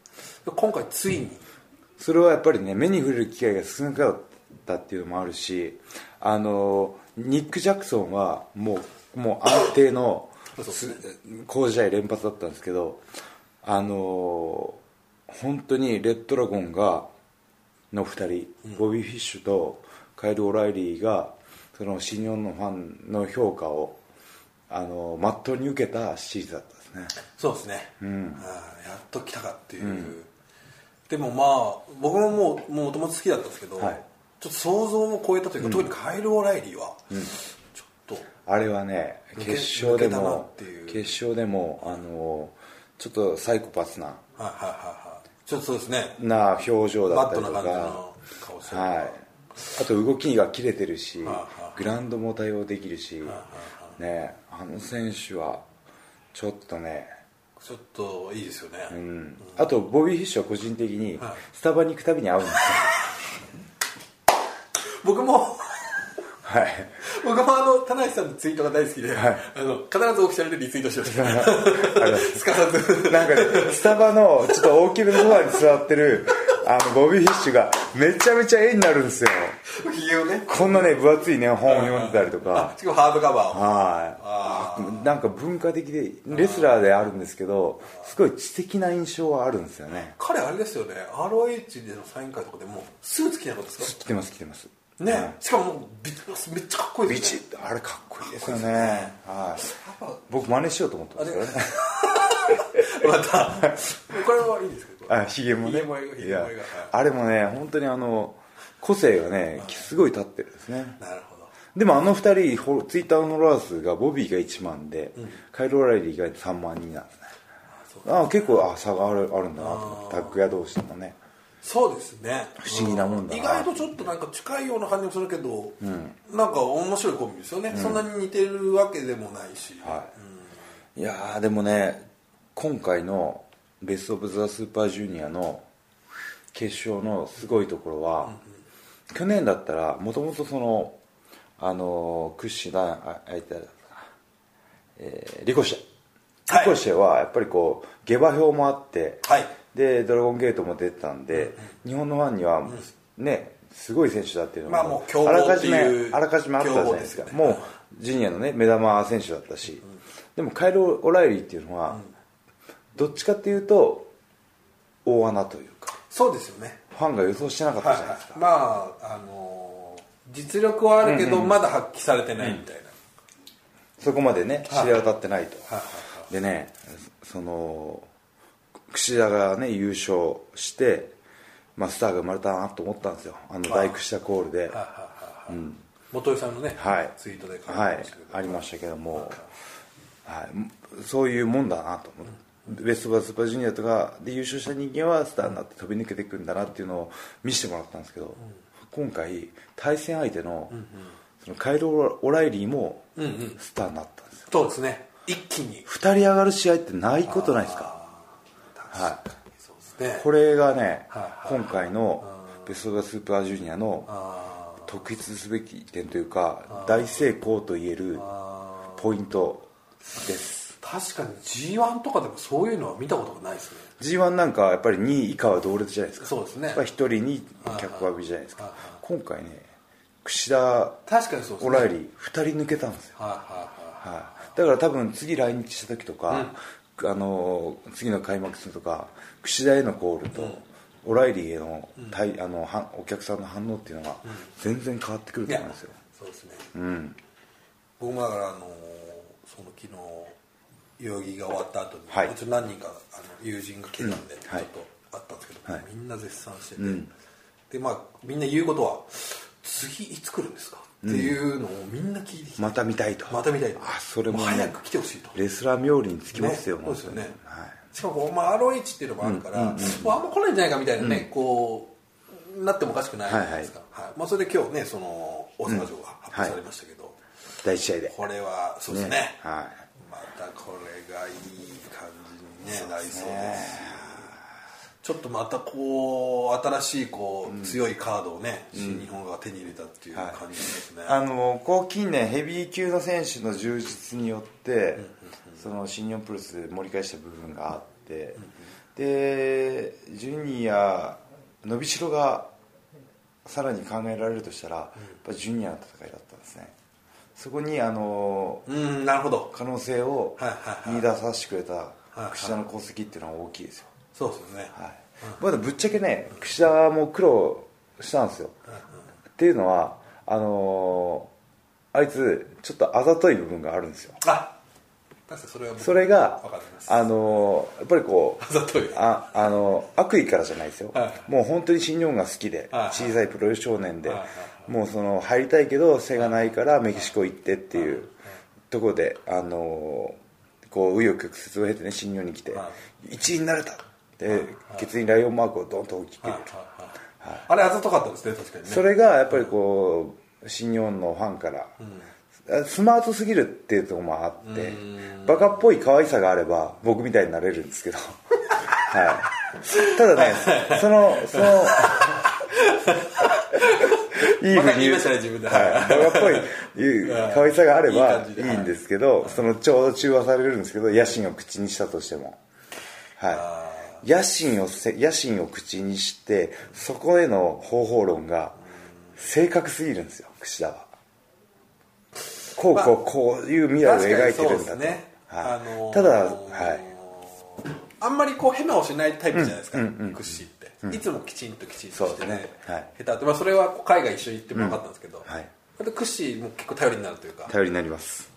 Speaker 2: か、で今回ついに、
Speaker 1: それはやっぱりね目に触れる機会が少なかったっていうのもあるしあのニック・ジャクソンはもうもう安定の
Speaker 2: そうですね
Speaker 1: 好試合連発だったんですけどあの本当にレッドラゴンがの2人ボビー・フィッシュとカイル・オライリーがその新日本のファンの評価をあのまっとうに受けたシリーズだったですね
Speaker 2: そうですね、あーやっと来たかっていう、でもまあ僕ももうもともと好きだったんですけど、
Speaker 1: はい
Speaker 2: ちょっと想像を超えたというか、特にカイル・オライリーは、ちょっと
Speaker 1: あれはね
Speaker 2: 抜け
Speaker 1: 決勝で
Speaker 2: 抜けたなっ
Speaker 1: も
Speaker 2: ていう
Speaker 1: 決勝でもあのちょっとサイコパスな
Speaker 2: はいはいはいはいちょっとそうですね
Speaker 1: な表情だ
Speaker 2: バ
Speaker 1: っ
Speaker 2: ッ
Speaker 1: た
Speaker 2: ト
Speaker 1: り
Speaker 2: な
Speaker 1: と
Speaker 2: 感じ
Speaker 1: か
Speaker 2: の顔してる
Speaker 1: はあと動きが切れてるし
Speaker 2: はあはあ
Speaker 1: グラウンドも対応できるし
Speaker 2: は
Speaker 1: ねあの選手はちょっとね
Speaker 2: ちょっといいですよね、
Speaker 1: うんあとボビー・フィッシュは個人的に
Speaker 2: はい
Speaker 1: スタバに行くたびに会うんですよ
Speaker 2: (laughs) 僕も
Speaker 1: はい
Speaker 2: 僕もあの田中さんのツイートが大好きで、あの必ずオフィシャルでリツイートしてま
Speaker 1: (laughs) ありがとうございま
Speaker 2: したすかさず
Speaker 1: なんかね、スタバのちょっと大きめのソファに座ってるあのボビー・フィッシュがめちゃめちゃ絵になるんですよ
Speaker 2: ひげをね
Speaker 1: こんなね分厚いね本を読んでたりと
Speaker 2: あ
Speaker 1: か
Speaker 2: しかもハードカバーを
Speaker 1: は
Speaker 2: あ
Speaker 1: いなんか文化的でレスラーであるんですけどすごい知的な印象はあるんですよね
Speaker 2: 彼あれですよね ROH でのサイン会とかでもスーツ着なかったですか
Speaker 1: 来てます来てます
Speaker 2: ね、
Speaker 1: はい
Speaker 2: しかももうビめっちゃかっこいい
Speaker 1: ビ
Speaker 2: で
Speaker 1: チ
Speaker 2: すよね
Speaker 1: ッとあれかっこいいですよねはい僕真似しようと思ってますからね
Speaker 2: またこれはいいですけど
Speaker 1: (laughs) あひげもね
Speaker 2: ひげもひげも
Speaker 1: いや
Speaker 2: ひげもはい
Speaker 1: あれもね本当にあの個性がねすごい立ってるんですね
Speaker 2: なるほど
Speaker 1: でもあの2人フォローツイッターのフォロワー数がボビーが1万で、カイロ・オライリーが3万人なんですねああ結構あ差があるあるんだなと思ってタッグ屋同士のね
Speaker 2: そうですね
Speaker 1: 不思議なもんだ
Speaker 2: 意
Speaker 1: な
Speaker 2: 外とちょっとなんか近いような感じもするけど、なんか面白いコンビですよね、そんなに似てるわけでもないし、
Speaker 1: いやーでもね今回のベスト・オブ・ザ・スーパージュニアの決勝のすごいところは、去年だったらもともとそのあのー屈指なあ相手だったかなえーリコシェ
Speaker 2: はい
Speaker 1: リコシェはやっぱりこう下馬評もあって、
Speaker 2: はい
Speaker 1: でドラゴンゲートも出てたんで、日本のファンにはね、すごい選手だっていうの
Speaker 2: まあもう強
Speaker 1: あら
Speaker 2: 豪
Speaker 1: か
Speaker 2: って
Speaker 1: じ
Speaker 2: い
Speaker 1: め
Speaker 2: う
Speaker 1: あらかじめあったじゃないですか
Speaker 2: 強豪ですよね
Speaker 1: もうジュニアのね目玉選手だったし、でもカイロ・オライリーっていうのは、どっちかっていうと大穴というか
Speaker 2: そうですよね
Speaker 1: ファンが予想してなかっ
Speaker 2: は
Speaker 1: た
Speaker 2: い
Speaker 1: じゃないですか、
Speaker 2: まああのー実力はあるけど、まだ発揮されてないみたいな、
Speaker 1: そこまでね知れ渡ってないと、
Speaker 2: はいは
Speaker 1: でねその櫛田がね優勝して、まあ、スターが生まれたなと思ったんですよあの大櫛田コールで
Speaker 2: はいはいはいはい元井さんのね、
Speaker 1: はい
Speaker 2: ツイートで書いてま
Speaker 1: はい
Speaker 2: したけ、ど、
Speaker 1: ありましたけども、はい、そういうもんだなと思って、ベスト・バズ・スーパージュニアとかで優勝した人間はスターになって飛び抜けていくんだなっていうのを見せてもらったんですけど、今回、対戦相手の,、そのカイロ・オライリーもスターになったんですよ、
Speaker 2: そうですね一気に
Speaker 1: 2人上がる試合ってないことないですか、はい、
Speaker 2: そうですね
Speaker 1: これがね、
Speaker 2: はい
Speaker 1: 今回のベスト・バズ・スーパージュニアの
Speaker 2: あ
Speaker 1: 特筆すべき点というか、大成功といえる
Speaker 2: ーあ
Speaker 1: ポイントです。
Speaker 2: ー確かに g 1とかでもそういうのは見たことがないですね
Speaker 1: G1 なんかはやっぱり2位以下は同列じゃないですか
Speaker 2: そうですね
Speaker 1: やっぱり1人に脚光浴びじゃないです
Speaker 2: は
Speaker 1: か
Speaker 2: いは
Speaker 1: 今回ね櫛田
Speaker 2: 確かにそうです
Speaker 1: オ
Speaker 2: ね
Speaker 1: ライリー2人抜けたんですよ、
Speaker 2: はいはい
Speaker 1: はい、だから多分次来日した時とか、あのー次の開幕戦とか櫛田へのコールと、オライリーへの対、あのはお客さんの反応っていうのが全然変わってくる
Speaker 2: はいい
Speaker 1: と思うん
Speaker 2: や
Speaker 1: ですよ、
Speaker 2: そうですね、僕もだからあのーその昨日代々木が終わった後に、
Speaker 1: はい
Speaker 2: ちょっと何人かあの友人が来てたんで、
Speaker 1: うん
Speaker 2: ちょ
Speaker 1: は
Speaker 2: っ
Speaker 1: い
Speaker 2: とあったんですけど、
Speaker 1: はい
Speaker 2: みんな絶賛してて、でまあみんな言うことは次いつ来るんですかっていうのをみんな聞いてきて、
Speaker 1: また見たいと
Speaker 2: また見たいと
Speaker 1: あそれも,、
Speaker 2: う早く来てほしいと
Speaker 1: レスラー冥利につきますよ、
Speaker 2: ねそ
Speaker 1: 本
Speaker 2: う
Speaker 1: 当
Speaker 2: ですよ
Speaker 1: に
Speaker 2: ね、
Speaker 1: はい
Speaker 2: しかもこう、まあ、アロイチっていうのもあるから、もうあんま来ないんじゃないかみたいなね、こうなってもおかしくないじゃないですか、はいまあ、それで今日ねその大阪城が発表されましたけど、
Speaker 1: 第1試合で
Speaker 2: これはそうですね
Speaker 1: はい
Speaker 2: またこれがいい感じに、ねなりそうですよちょっとまたこう新しいこう、強いカードをね新日本が手に入れたっていう感じですね、
Speaker 1: あのこう近年ヘビー級の選手の充実によってその新日本プロレスで盛り返した部分があってでジュニア伸びしろがさらに考えられるとしたらやっぱジュニアの戦いだったんですねそこにあの
Speaker 2: うんなるほど
Speaker 1: 可能性を
Speaker 2: はいはいはい
Speaker 1: 見出させてくれた
Speaker 2: はい
Speaker 1: 櫛田の功績っていうのは大きいですよ
Speaker 2: そうですよね、
Speaker 1: はい、まだぶっちゃけね櫛田も苦労したんですよ、っていうのはあのーあいつちょっとあざとい部分があるんですよ
Speaker 2: あ確かにそれは僕
Speaker 1: それが
Speaker 2: わかります
Speaker 1: あのーやっぱりこう
Speaker 2: あざとい
Speaker 1: ああのー悪意からじゃないですよ、
Speaker 2: はい
Speaker 1: もう本当に新日本が好きで、
Speaker 2: はい
Speaker 1: 小さいプロレス少年で、
Speaker 2: はいは
Speaker 1: もうその入りたいけど背がないからメキシコ行ってっていうところで、あのーこう紆余曲折を経てね新日本に来て、
Speaker 2: は
Speaker 1: 一位になれたで、ケツにライオンマークをドンと置き切れる、
Speaker 2: はいはいはいあれあざとかったですね確かにね
Speaker 1: それがやっぱりこう新日本のファンから、スマートすぎるっていうところもあってバカっぽい可愛さがあれば僕みたいになれるんですけど、はい、ただねそのそのいいふうに言う、
Speaker 2: バカ言いましたね自分で
Speaker 1: はい、バカっぽいいう可愛さがあれ
Speaker 2: いい
Speaker 1: ば
Speaker 2: 感じ
Speaker 1: い
Speaker 2: で
Speaker 1: いんですけどそのちょうど中和されるんですけど野心を口にしたとしてもはい野心をせ野心を口にしてそこへの方法論が正確すぎるんですよ櫛田はこう
Speaker 2: まあ
Speaker 1: こうこういう未来を
Speaker 2: 確か
Speaker 1: 描
Speaker 2: に
Speaker 1: いて
Speaker 2: そう
Speaker 1: る
Speaker 2: で
Speaker 1: んだ
Speaker 2: す
Speaker 1: と、
Speaker 2: ね
Speaker 1: は
Speaker 2: あ
Speaker 1: い
Speaker 2: のー
Speaker 1: ただはい
Speaker 2: あんまりこうヘマをしないタイプじゃないですか、クッシーって、いつもきちんときちんとして
Speaker 1: そうです
Speaker 2: ね
Speaker 1: ねはい
Speaker 2: 下手だって、まあ、それはこう海外一緒に行っても分かったんですけど、
Speaker 1: はい
Speaker 2: あとクッシーも結構頼りになるというか、
Speaker 1: 頼りになります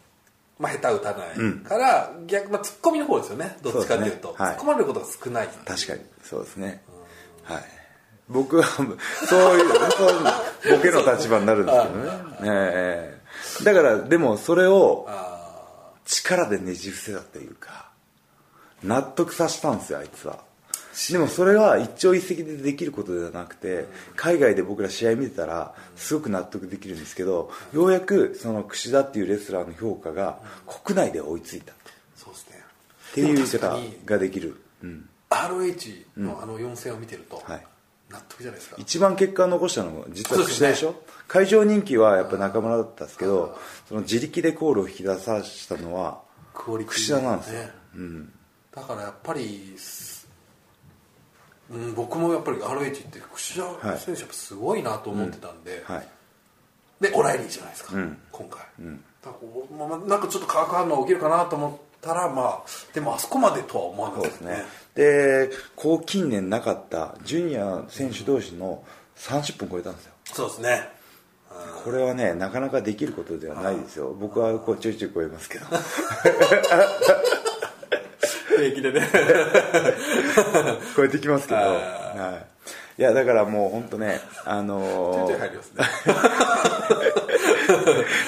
Speaker 2: まあ、下手打たないから、逆、まあ、ツッコミの方ですよねどっちかというと
Speaker 1: そうですねはい
Speaker 2: 突っ込まれることが少ない
Speaker 1: 確かにそうですねはい僕はそういうそういうボケの立場になるんですけどね、ええだからでもそれを力でねじ伏せたっていうか納得させたんですよあいつはでもそれは一朝一夕でできることではなくて海外で僕ら試合見てたらすごく納得できるんですけどようやくその櫛田っていうレスラーの評価が国内で追いついたっ
Speaker 2: そうですねって
Speaker 1: いう言い方ができる、うん、
Speaker 2: ROH のあの4戦を見てると、
Speaker 1: はい
Speaker 2: 納得じゃないですか
Speaker 1: 一番結果を残したのも実は
Speaker 2: そうです
Speaker 1: 櫛
Speaker 2: ね
Speaker 1: 田でしょ会場人気はやっぱ中村だったんですけどその自力でコールを引き出させたのは
Speaker 2: クオリティ
Speaker 1: 櫛田なんですよ
Speaker 2: ねだからやっぱりすうん、僕もやっぱり ROH って櫛田選手やっぱすごいなと思ってたんで、
Speaker 1: はい
Speaker 2: でオライリーじゃないですか、今回、だからこうまあなんかちょっと化学反応起きるかなと思ったらまあでもあそこまでとは思わな
Speaker 1: そ
Speaker 2: いうで
Speaker 1: ですす
Speaker 2: ね
Speaker 1: ねでこう近年なかったジュニア選手同士の30分超えたんですよ
Speaker 2: そうですね
Speaker 1: これはねなかなかできることではないですよ僕はこうちょいちょい超えますけど (laughs)
Speaker 2: 平気でね
Speaker 1: 超えてきますけど、
Speaker 2: あー
Speaker 1: はい、いやだからもう本当ねあ
Speaker 2: ちょい
Speaker 1: の
Speaker 2: ちょい
Speaker 1: ー
Speaker 2: 入りますね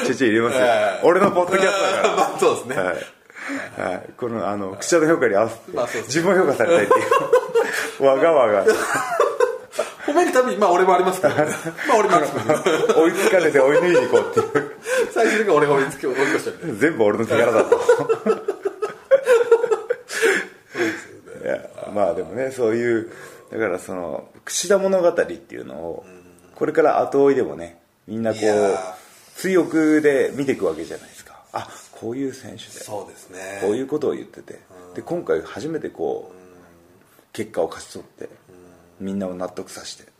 Speaker 1: ちょいちょい入れますよ
Speaker 2: あー
Speaker 1: 俺のポッドキャストだから
Speaker 2: ま (laughs) あそうですね、
Speaker 1: はい、はい、このあの口調の評価に合わせて、
Speaker 2: まあそうです
Speaker 1: 自分を評価されたいって
Speaker 2: (laughs)
Speaker 1: いうわがわが
Speaker 2: 褒めるたびにまあ俺もありますけど (laughs) まあ俺もありますけど
Speaker 1: 追いつかれて追い抜いていこうってい
Speaker 2: 最終的に俺が追いつけ追い越したみたいな
Speaker 1: う全部俺の力だといやまあでもねそういうだからその櫛田物語っていうのをこれから後追いでもねみんなこ
Speaker 2: いやー
Speaker 1: う追憶で見ていくわけじゃないですかあこういう選手で
Speaker 2: そうですね
Speaker 1: こういうことを言っててで今回初めてこう結果を勝ち取ってみんなを納得させて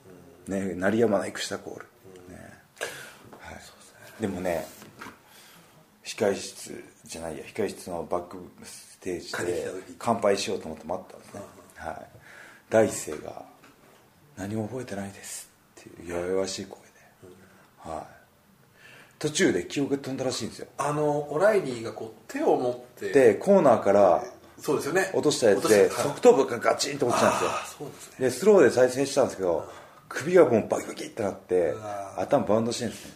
Speaker 1: ね鳴りやまない櫛田コールねはいでもね控室じゃないや控室のバックステージ
Speaker 2: 帰ってき
Speaker 1: で
Speaker 2: た時
Speaker 1: 乾杯しようと思って待ったんですねはい第一声が「何も覚えてないです」っていう弱々しい声ではい途中で記憶が飛んだらしいんですよ
Speaker 2: あのオライリーがこう手を持って
Speaker 1: でコーナーから
Speaker 2: そうですよね
Speaker 1: 落としたやつ
Speaker 2: 落
Speaker 1: で
Speaker 2: としたはい
Speaker 1: 側頭部がガチンと落ちたんですよ
Speaker 2: ああそうですね
Speaker 1: でスローで再生したんですけど首がもうバキバキってなって
Speaker 2: わ
Speaker 1: 頭バウンドしてるんですね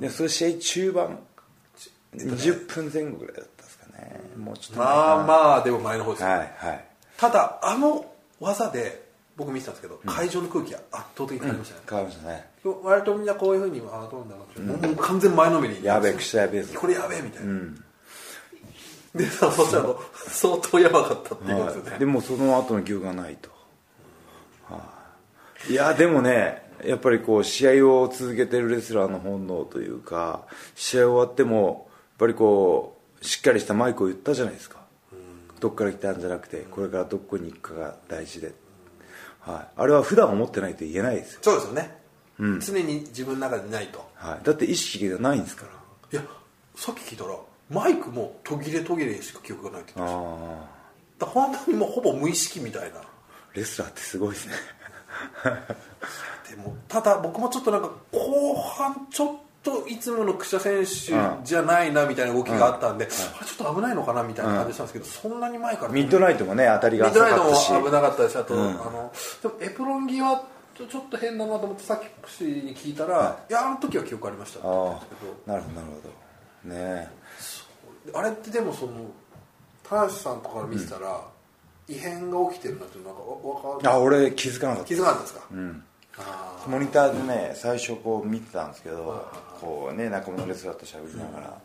Speaker 1: でそれ試合中盤20分前後ぐらいだったんですかねもうちょっと前かな
Speaker 2: まあまあでも前の方ですよ、
Speaker 1: はいはい
Speaker 2: ただあの技で僕見てたんですけど、会場の空気が圧倒的に変わりましたね、
Speaker 1: 変わりましたね
Speaker 2: 割とみんなこういうふうにああどうなんだろう、もう完全前のめりに
Speaker 1: やべえ口やべえぞ
Speaker 2: これやべえみたいな、でさそしたらもう相当やばかったっていうことですよ
Speaker 1: はい
Speaker 2: ね、
Speaker 1: でもその後の牛がないと、はいいやでもねやっぱりこう試合を続けてるレスラーの本能というか試合終わってもやっぱりこうしっかりしたマイクを言ったじゃないですか、どっから来たんじゃなくてこれからどこに行くかが大事で、はい、あれは普段思ってないと言えないですよ、
Speaker 2: そうですよね、常に自分の中でないと
Speaker 1: はい、だって意識がないんですから
Speaker 2: いやさっき聞いたらマイクも途切れ途切れしか記憶がないって言ってまし
Speaker 1: ああ
Speaker 2: ただから本当にもうほぼ無意識みたいな
Speaker 1: レスラーってすごいですね
Speaker 2: でもただ僕もちょっとなんか後半ちょっといつもの櫛田選手じゃないなみたいな動きがあったんで、あれちょっと危ないのかなみたいな感じしたんですけど、そんなに前から
Speaker 1: ミッドナイトもね当たりが
Speaker 2: ミッド
Speaker 1: 浅
Speaker 2: ナイ
Speaker 1: か
Speaker 2: ト
Speaker 1: っ
Speaker 2: も
Speaker 1: たし
Speaker 2: 危なかったですあと、あのでもエプロン際ちょっと変だなと思ってさっき櫛田に聞いたら、い、やあの時は記憶ありましたって言っ
Speaker 1: あ
Speaker 2: たんですけど
Speaker 1: あなるほどなるほどねえ
Speaker 2: あれってでもその田橋さんとかから見てたら、異変が起きてるなっていうのなんかわわかる
Speaker 1: あ俺気づかなかった
Speaker 2: 気づかなかったですか、
Speaker 1: モニターでね最初こう見てたんですけどこうね仲間のレスラーと喋りながら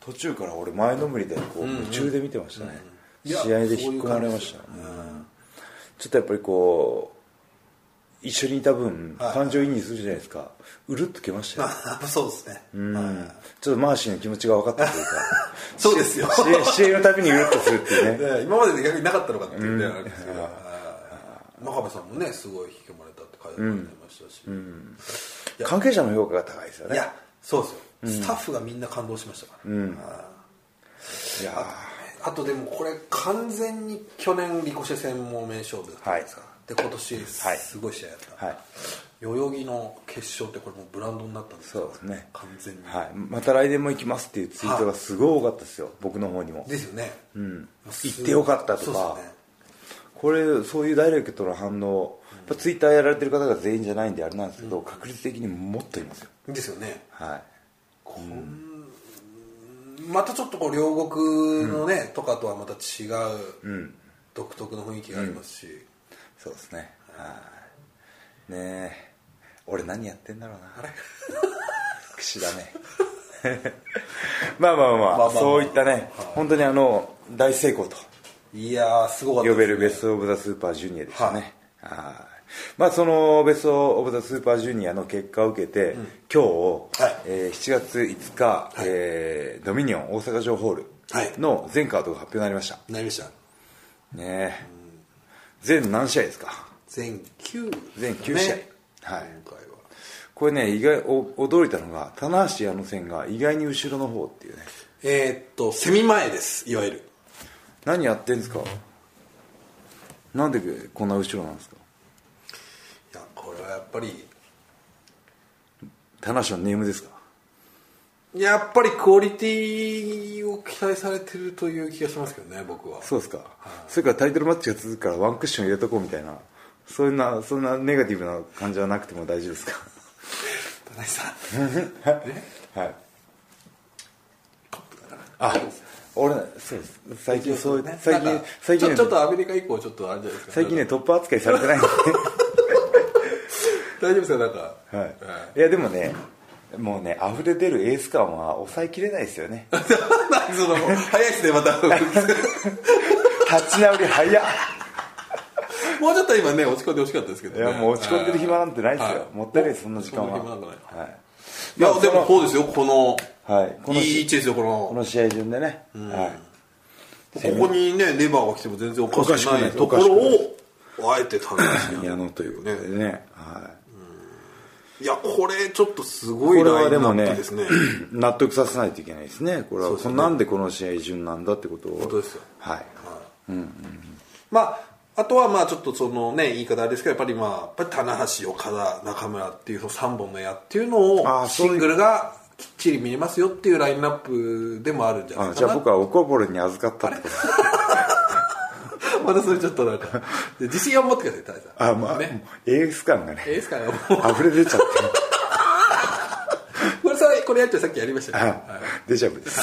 Speaker 1: 途中から俺前のめりでこう夢中で見てましたね
Speaker 2: うんうん
Speaker 1: 試合で引っ込まれましたうんちょっとやっぱりこう一緒にいた分感情移入するじゃないですかうるっときましたよ
Speaker 2: あ (laughs) そうですね、
Speaker 1: うんちょっとマーシーの気持ちが分かったというか
Speaker 2: (laughs) そうですよ
Speaker 1: 試合試合のたびにうるっとするっていう
Speaker 2: (laughs)
Speaker 1: ね
Speaker 2: ね今までで逆になかったのかっていうねあれですけどはい真壁さんもねすごい引き込まれたって書いてましたし、
Speaker 1: 関係者の評価が高いですよ
Speaker 2: い
Speaker 1: ね
Speaker 2: やそうですよ、スタッフがみんな感動しましたから、
Speaker 1: いやー
Speaker 2: あとでもこれ完全に去年リコシェ戦も名勝負だったじゃないですか、で今年
Speaker 1: はい
Speaker 2: すごい試合やった、
Speaker 1: はい
Speaker 2: 代々木の決勝ってこれもうブランドになったんですよ
Speaker 1: そうですね
Speaker 2: 完全に、
Speaker 1: はい、また来年も行きますっていうツイートがすごい多かったですよ、僕の方にも
Speaker 2: ですよね、うん、
Speaker 1: 行ってよかったとか
Speaker 2: そうですよね
Speaker 1: これそういうダイレクトな反応、やっぱツイッターやられてる方が全員じゃないんであれなんですけど、確率的にもっといますよ
Speaker 2: ですよね
Speaker 1: はい
Speaker 2: こんまたちょっとこう両国のね、とかとはまた違う、独特の雰囲気がありますし、
Speaker 1: そうですねはいねえ俺何やってんだろうな (laughs) あれ櫛だね (laughs) まあまあまあ、まあ
Speaker 2: まあまあ
Speaker 1: そういったね、本当にあの大成功と
Speaker 2: いやーすごかった
Speaker 1: 呼
Speaker 2: ですね
Speaker 1: べるベスト・オブ・ザ・スーパージュニアでしたね、はいまあ、そのベスト・オブ・ザ・スーパージュニアの結果を受けて、今日、
Speaker 2: はい
Speaker 1: えー7月5日、えードミニオン大阪城ホールの全カードが発表になりました、
Speaker 2: なりました
Speaker 1: ねえ全何試合ですか
Speaker 2: 全9
Speaker 1: 全9試合はい
Speaker 2: 今回は
Speaker 1: これね意外お驚いたのが棚橋矢野戦が意外に後ろの方っていうね
Speaker 2: えーっとセミ前ですいわゆる
Speaker 1: 何やってんですかなんでこんな後ろなんですか
Speaker 2: いやこれはやっぱり
Speaker 1: 棚橋のネームですか
Speaker 2: やっぱりクオリティを期待されてるという気がしますけどね僕は
Speaker 1: そうですか、それからタイトルマッチが続くからワンクッション入れとこうみたいなそんなそんなネガティブな感じはなくても大丈夫
Speaker 2: (laughs)
Speaker 1: ですか
Speaker 2: 田中
Speaker 1: (laughs)
Speaker 2: さんね
Speaker 1: はい
Speaker 2: トップだから
Speaker 1: あ俺ねそうです最近そういう
Speaker 2: ね
Speaker 1: 最
Speaker 2: な
Speaker 1: 近
Speaker 2: んか
Speaker 1: 最近
Speaker 2: ち
Speaker 1: ね
Speaker 2: ょちょっとアメリカ以降ちょっとあれじゃないですか
Speaker 1: 最近ねトップ扱いされてないんで、
Speaker 2: 大丈夫ですかなんか、
Speaker 1: (laughs) はい、いやでもねもうね溢れ出るエース感は抑えきれないですよ
Speaker 2: (laughs)
Speaker 1: ね
Speaker 2: 何その早いですねまた
Speaker 1: 立ち直り早っ
Speaker 2: もうちょっと今ね落ち込んでほしかったですけど
Speaker 1: いや
Speaker 2: ね、
Speaker 1: もう落ち込んでる暇なんてないですよ、
Speaker 2: はい
Speaker 1: もったいないですそんな時間は
Speaker 2: そんな暇なんか
Speaker 1: はい
Speaker 2: いやで
Speaker 1: その
Speaker 2: もこうですよこの,、
Speaker 1: はいこの
Speaker 2: いい位置ですよこ
Speaker 1: こ
Speaker 2: の
Speaker 1: の試合順でね、はい
Speaker 2: ここにねレバーが来ても全然おかしくな
Speaker 1: おか
Speaker 2: い
Speaker 1: しくない
Speaker 2: ところをあえて頼む
Speaker 1: 矢野ということでねはい
Speaker 2: いやこれちょっとす
Speaker 1: こ
Speaker 2: ごい
Speaker 1: れ
Speaker 2: ライ
Speaker 1: はで
Speaker 2: ンナ
Speaker 1: も
Speaker 2: ッ
Speaker 1: ね
Speaker 2: プですね
Speaker 1: (clears throat) 納得させないといけないですねこれは
Speaker 2: そうですね
Speaker 1: こんなんでこの試合順なんだってことを
Speaker 2: 本当ですよ
Speaker 1: はい
Speaker 2: まああとはまあちょっとそのね言い方あれですけどやっぱりまあやっぱり棚橋岡田中村っていうその3本の矢っていうの
Speaker 1: あ
Speaker 2: を
Speaker 1: ーそう
Speaker 2: シ
Speaker 1: いう
Speaker 2: ングルがきっちり見れますよっていうラインナップでもあるんじゃない
Speaker 1: あ
Speaker 2: かな
Speaker 1: じゃあ僕はオコボルに預かったってこと
Speaker 2: (laughs) またそれちょっとなんかで自信を持ってください田中さん
Speaker 1: あまあ
Speaker 2: ね
Speaker 1: エース感がね
Speaker 2: ええですかねもう
Speaker 1: 溢れ出ちゃって
Speaker 2: (laughs)
Speaker 1: る
Speaker 2: これさこれやっちゃうさっきやりましたね、
Speaker 1: あデジャブです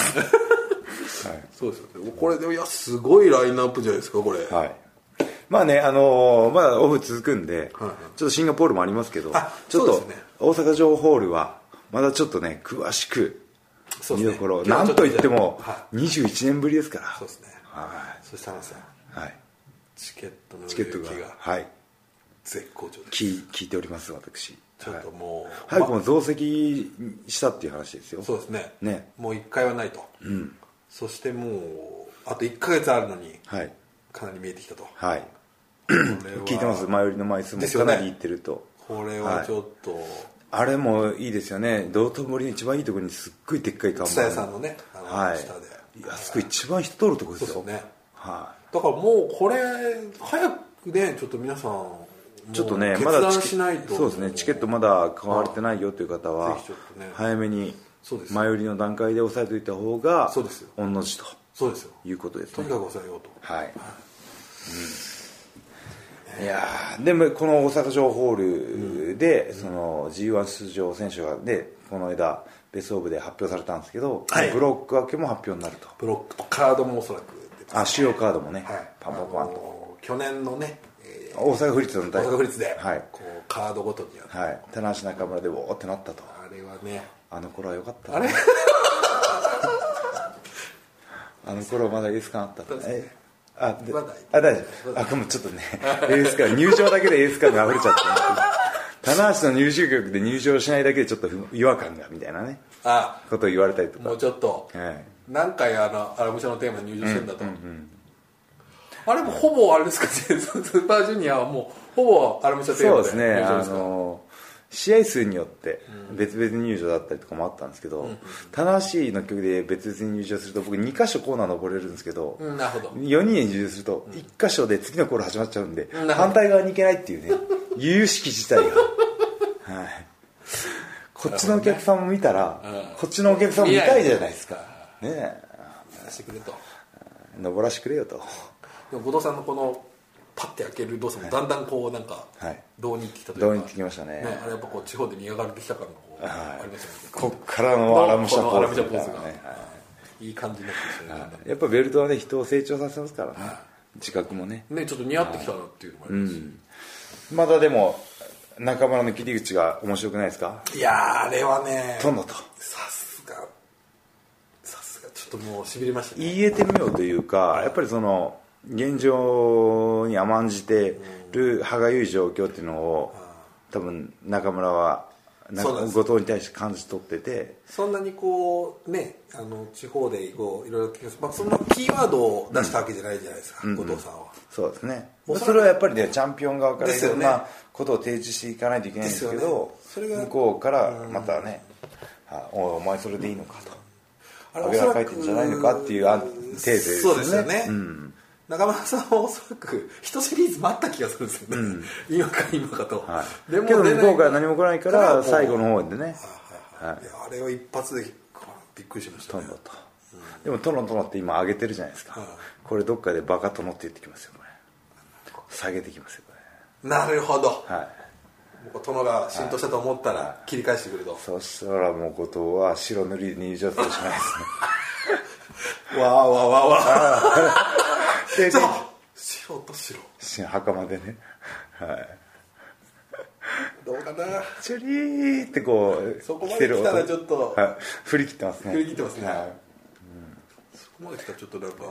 Speaker 2: そうですよねこれでもいやすごいラインナップじゃないですかこれ、
Speaker 1: はいまあねあのーまだオフ続くんでち
Speaker 2: は
Speaker 1: ょ
Speaker 2: い
Speaker 1: っとシンガポールもありますけど
Speaker 2: あ
Speaker 1: ちょっ
Speaker 2: そう
Speaker 1: と
Speaker 2: ですね
Speaker 1: 大阪城ホールはまだちょっとね詳しく
Speaker 2: そう
Speaker 1: 見
Speaker 2: です
Speaker 1: どこ
Speaker 2: ね
Speaker 1: ろ
Speaker 2: 今日
Speaker 1: な
Speaker 2: はち
Speaker 1: ん
Speaker 2: ょっと
Speaker 1: といっても
Speaker 2: は
Speaker 1: 21年ぶりですから
Speaker 2: そうですね
Speaker 1: は
Speaker 2: そして田中さん
Speaker 1: いはい
Speaker 2: チケットの
Speaker 1: チ
Speaker 2: 売
Speaker 1: ケ
Speaker 2: れ
Speaker 1: ット
Speaker 2: 行き
Speaker 1: が
Speaker 2: が
Speaker 1: はい
Speaker 2: 絶好調です
Speaker 1: 聞い聞いております私
Speaker 2: ちょっともう、
Speaker 1: はい、
Speaker 2: ま
Speaker 1: この増席したっていう話ですよ
Speaker 2: そうですね
Speaker 1: ね
Speaker 2: もう1回はないと、そしてもうあと1か月あるのに
Speaker 1: はい
Speaker 2: かなり見えてきたと、
Speaker 1: はい
Speaker 2: これは
Speaker 1: (laughs) 聞いてます前売りの枚数も
Speaker 2: です
Speaker 1: か
Speaker 2: よね
Speaker 1: なりいってると、
Speaker 2: これはちょっと、
Speaker 1: あれもいいですよね道頓堀の一番いいところにすっごいでっかい看板
Speaker 2: 蔦屋さんのねあの
Speaker 1: はい
Speaker 2: 下で
Speaker 1: いやすごい一番人通るところですよ
Speaker 2: そうですね
Speaker 1: は
Speaker 2: だからもうこれ早くねちょっと皆さんもう
Speaker 1: いちょっとね
Speaker 2: 決
Speaker 1: まだ
Speaker 2: 断
Speaker 1: チケ
Speaker 2: しないと
Speaker 1: そうですねチケットまだ買われてないよという方は
Speaker 2: ぜひちょっとね
Speaker 1: 早めに
Speaker 2: そうです
Speaker 1: 前売りの段階で押さえておいた方が
Speaker 2: そうですよ
Speaker 1: 御の字と
Speaker 2: そうですよ
Speaker 1: いうことです
Speaker 2: と
Speaker 1: ね
Speaker 2: にかく抑えようと
Speaker 1: はい、いやーでもこの大阪城ホールで、その G1 出場選手がでこの間ベストオブで発表されたんですけど、
Speaker 2: はい
Speaker 1: ブロック分けも発表になると
Speaker 2: ブロックとカードもおそらく出ます
Speaker 1: あ主要カードもね、
Speaker 2: はい
Speaker 1: パンパンパンと
Speaker 2: あの去年のね、えー
Speaker 1: 大阪府立の
Speaker 2: 大
Speaker 1: 大
Speaker 2: 阪府立で、
Speaker 1: はい
Speaker 2: こうカードごとにやる
Speaker 1: はい、棚橋中村でおーってなったと
Speaker 2: あれはね
Speaker 1: あの頃は良かったな (laughs) あの頃まだエース感あったと
Speaker 2: そうです
Speaker 1: ねあで
Speaker 2: まだ
Speaker 1: あ大丈夫あでもちょっとねエース感入場だけでエース感が溢れちゃって棚橋の入場曲で入場しないだけでちょっと不違和感がみたいなね
Speaker 2: あ
Speaker 1: ことを言われたりとか
Speaker 2: もうちょっと、
Speaker 1: はい
Speaker 2: 何回あのアラブ社のテーマに入場してんだと、あれもほぼあれですか、 (laughs) スーパージュニアはもうほぼアラブ社テー
Speaker 1: そう
Speaker 2: マ
Speaker 1: です
Speaker 2: で
Speaker 1: ね、
Speaker 2: 入場
Speaker 1: あ
Speaker 2: ですか
Speaker 1: の試合数によって別々入場だったりとかもあったんですけど、棚橋の曲で別々に入場すると、僕、2箇所コーナー登れるんですけど、
Speaker 2: うんなるほど
Speaker 1: 4人で入場すると、1箇所で次のコーナー始まっちゃうんで、
Speaker 2: うんなるほど
Speaker 1: 反対側に行けないっていうね、
Speaker 2: (laughs)
Speaker 1: 由々しき事態が、はい、こっちのお客さんも見たら、こっちのお客さんも見たいじゃないですか、ね
Speaker 2: やらせてくれと
Speaker 1: え登らしてくれよと、
Speaker 2: でも後藤さんのこのパッて開ける動作もだんだんこうなんか
Speaker 1: はい
Speaker 2: 導入きたというか、
Speaker 1: どうにってきましたね
Speaker 2: ね、あれやっぱこう地方で磨かれてきた感がこう、
Speaker 1: はい
Speaker 2: ありますよね
Speaker 1: こっからのアラムシャポ
Speaker 2: このアラ
Speaker 1: ー
Speaker 2: ム
Speaker 1: ズ
Speaker 2: シ
Speaker 1: み
Speaker 2: ャ
Speaker 1: た
Speaker 2: ポー
Speaker 1: い
Speaker 2: ズ
Speaker 1: な
Speaker 2: が、
Speaker 1: ね。
Speaker 2: い、い感じになってきたよね
Speaker 1: やっぱベルトはね人を成長させますからね自覚もね
Speaker 2: ねちょっと似合ってきたなっていうのもありますし、
Speaker 1: まだでも中村の切り口が面白くないですか
Speaker 2: いやーあれはね
Speaker 1: とんのと
Speaker 2: さすがさすがちょっともうしびれましたね
Speaker 1: 言えてみようというかやっぱりその現状に甘んじてる歯がゆい状況っていうのを多分中村はな
Speaker 2: そうなんです
Speaker 1: 後藤に対して感じ取ってて
Speaker 2: そんなにこうねあの地方でこういろいろ聞きます、まあ、そんなキーワードを出したわけじゃないじゃないですか、後藤さんは、
Speaker 1: そうですね
Speaker 2: おそらく
Speaker 1: それはやっぱりねチャンピオン側から
Speaker 2: で
Speaker 1: い
Speaker 2: すよ
Speaker 1: ろん
Speaker 2: ね
Speaker 1: なことを提示していかないといけないんですけ
Speaker 2: ですよね
Speaker 1: ど
Speaker 2: それが
Speaker 1: 向こうからまたね「あおいお前それでいいのか」と。
Speaker 2: あ
Speaker 1: あげらかいてんじゃないのかっていうあテーゼですね
Speaker 2: そうですよね、
Speaker 1: うん
Speaker 2: 中村さんはおそらく一シリーズ待った気がするんですよね、今か今かと、
Speaker 1: はい、
Speaker 2: で
Speaker 1: けど向
Speaker 2: 出ない
Speaker 1: こうから何も来ないから
Speaker 2: もう
Speaker 1: 最後の方でね
Speaker 2: はいはいはいいやあれを一発でびっくりしました
Speaker 1: ト
Speaker 2: ね
Speaker 1: ンロと、でもトロントロンって今上げてるじゃないですか、
Speaker 2: はい
Speaker 1: これどっかでバカ殿って言ってきますよこれ下げてきますよこ
Speaker 2: なるほど、
Speaker 1: れはい
Speaker 2: もう殿が浸透したと思ったら切り返してくると、
Speaker 1: そしたらもう後藤は白塗りで入場するしかない
Speaker 2: わあわあわあ (laughs) わあ (laughs)
Speaker 1: ですね
Speaker 2: そ
Speaker 1: で
Speaker 2: う白と白
Speaker 1: 新袴でねはい
Speaker 2: どうかな
Speaker 1: チュリーってこう
Speaker 2: そこまで
Speaker 1: 着てる音
Speaker 2: 来たらちょっと
Speaker 1: はい、振り切ってますね
Speaker 2: 振り切ってますね
Speaker 1: はい
Speaker 2: そこまで来たらちょっとなんか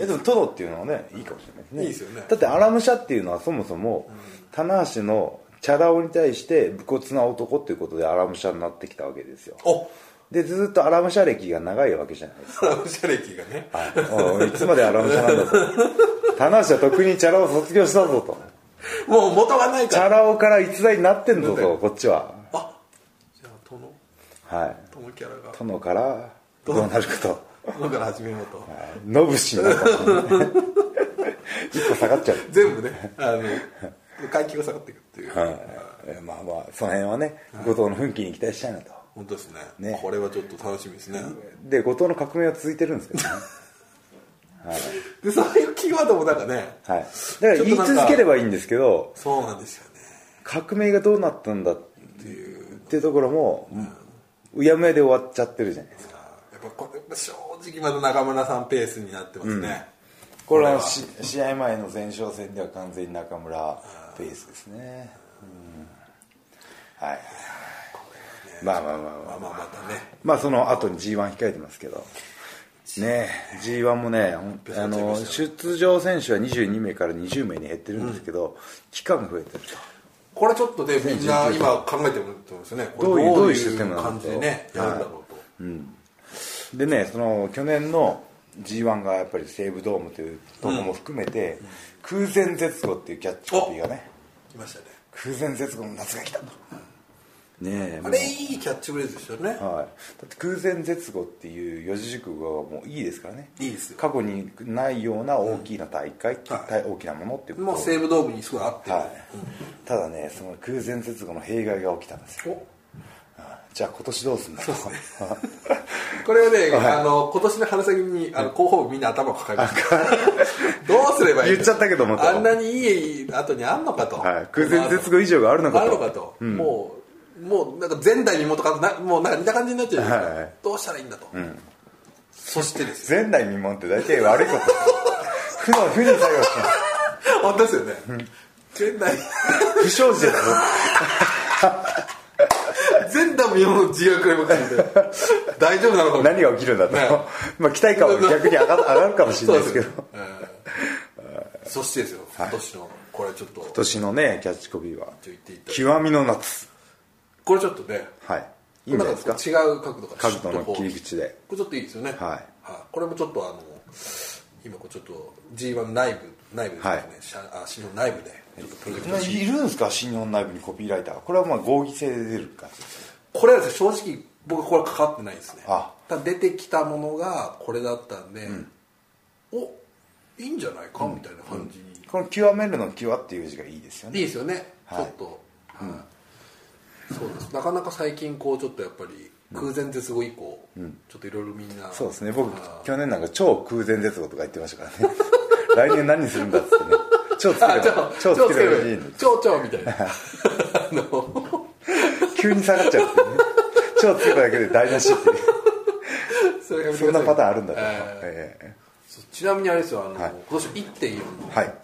Speaker 1: えでもトロっていうのはねいいかもしれないですね
Speaker 2: いいですよね
Speaker 1: だってアラムシャっていうのはそもそも棚橋のチャラ男に対して武骨な男っていうことでアラムシャになってきたわけですよ
Speaker 2: おっ
Speaker 1: でずっとアラムシャ歴が長いわけじゃないですか
Speaker 2: サラムシャ歴がね
Speaker 1: おいいつまでアラムシャなんだと棚橋は特にチャラ男を卒業したぞと
Speaker 2: もう元がない
Speaker 1: チ
Speaker 2: か
Speaker 1: ャ
Speaker 2: ら
Speaker 1: ラ男から逸材になってんぞとこっちは
Speaker 2: あじゃあ殿
Speaker 1: はい
Speaker 2: 殿キャラが
Speaker 1: 殿からどうなるかと
Speaker 2: 殿から始めようと
Speaker 1: ノブシになったとね一歩下がっちゃう
Speaker 2: 全部ねあの階級が下がっていくっていう、
Speaker 1: はい、まあまあその辺はね、後藤の奮起に期待したいなと
Speaker 2: 本当ですね
Speaker 1: ね
Speaker 2: これはちょっと楽しみですね
Speaker 1: で後藤の革命は続いてるんですけどね、
Speaker 2: でそういうキーワードもなんかね
Speaker 1: はい、だから言い続ければいいんですけど
Speaker 2: そうなんですよね
Speaker 1: 革命がどうなったんだっていうっていうところも、うやむやで終わっちゃってるじゃないですか
Speaker 2: やっぱこれ正直まだ中村さんペースになってますね、
Speaker 1: これは
Speaker 2: これは
Speaker 1: し試合前の前哨戦では完全に中村ベースですね、うん、はいまあまあまあま
Speaker 2: ま
Speaker 1: あ
Speaker 2: あまあまたね
Speaker 1: まあその後に G1 控えてますけどねえ G1 もねほんあの出場選手は22名から20名に減ってるんですけど、期間が増えてる
Speaker 2: これちょっとねみんな今考えてもらってますよねこれ
Speaker 1: どういうどういうシステムなの
Speaker 2: 感じでね
Speaker 1: はい
Speaker 2: やるんだろうと、
Speaker 1: とでねその去年の G1 がやっぱり西武ドームというところも含めて、空前絶後っていうキャッチコピーがね
Speaker 2: 来ましたね
Speaker 1: 空前絶後の夏が来たとねえも
Speaker 2: あ
Speaker 1: う
Speaker 2: れいいキャッチフレーズですよね
Speaker 1: はい、だって空前絶後っていう四字熟語はもういいですからね
Speaker 2: いいですよ
Speaker 1: 過去にないような大きな大会、大大きなものっていうこと
Speaker 2: もう西武ドームにすごい合ってる、
Speaker 1: はい、ただねその空前絶後の弊害が起きたんですよ
Speaker 2: お
Speaker 1: じゃあ今年どうすんだと
Speaker 2: これはね、あの今年の春先にあの広報部みんな頭を抱えました (laughs) どうすればいいの
Speaker 1: 言っちゃったけどもと
Speaker 2: あんなにいい後にあんのかと、
Speaker 1: はい空前絶後以上があるのかと
Speaker 2: あるのかと、もうもうなんか前代未聞とかなもうなんか似た感じになっちゃうじゃないですか
Speaker 1: はい
Speaker 2: どうしたらいいんだと、そしてですよ
Speaker 1: (laughs) 前代 (laughs) 未聞って大体悪いこと負の負に作用します
Speaker 2: 本当ですよね、県内
Speaker 1: 不祥事だよ
Speaker 2: 全ダム世の自虐レボクみたいな大丈夫なの
Speaker 1: (laughs)
Speaker 2: か
Speaker 1: 何が起きるんだと、
Speaker 2: ね
Speaker 1: (laughs) まあ期待感は逆に上が上がるかもしれないですけど
Speaker 2: そう
Speaker 1: 今
Speaker 2: ですねえーそしてですよ今年のこれちょっとちょっと
Speaker 1: 年のねキャッチコピーは
Speaker 2: 言っていただいて
Speaker 1: 極みの夏
Speaker 2: これちょっとね
Speaker 1: はいいいんじゃないですか
Speaker 2: なんこう違う角度から
Speaker 1: 角度の切り
Speaker 2: シュッとこ
Speaker 1: 口で
Speaker 2: うこれちょっといいですよね
Speaker 1: はい
Speaker 2: これもちょっとあの今こうちょっと G1 内部内部ですね、
Speaker 1: はい
Speaker 2: 社あ新日本内部でちょっとプロジェクト
Speaker 1: いるんですか新日本内部にコピーライターこれはまあ合議制で出る感じですね
Speaker 2: これはですね正直僕はこれはかかってないですね
Speaker 1: あ
Speaker 2: ただ出てきたものがこれだったんで、おいいんじゃないかみたいな感じに、
Speaker 1: この極めるの極っていう字がいいですよ
Speaker 2: いい
Speaker 1: ね
Speaker 2: ですよね、
Speaker 1: はい
Speaker 2: ちょっと、はいそうですなかなか最近こうちょっとやっぱり空前絶後以降、ちょっといろいろみんな
Speaker 1: そうですね僕
Speaker 2: あー
Speaker 1: 去年なんか超空前絶後とか言ってましたからね (laughs) 来年何するんだっつってね超つけれ
Speaker 2: あちょ
Speaker 1: ば
Speaker 2: ちょ
Speaker 1: 超つければいい
Speaker 2: ち
Speaker 1: んで
Speaker 2: ょちょみたいな
Speaker 1: (laughs)
Speaker 2: あの
Speaker 1: 急に下がっちゃうっていうね超つけただけで台無しっていう
Speaker 2: それやめて
Speaker 1: そん
Speaker 2: くだ
Speaker 1: な
Speaker 2: さ
Speaker 1: パ
Speaker 2: い
Speaker 1: ターンあるんだと、
Speaker 2: えー
Speaker 1: ええ
Speaker 2: そうちなみにあれですよあの、
Speaker 1: はい
Speaker 2: 今年1.4の,、
Speaker 1: はい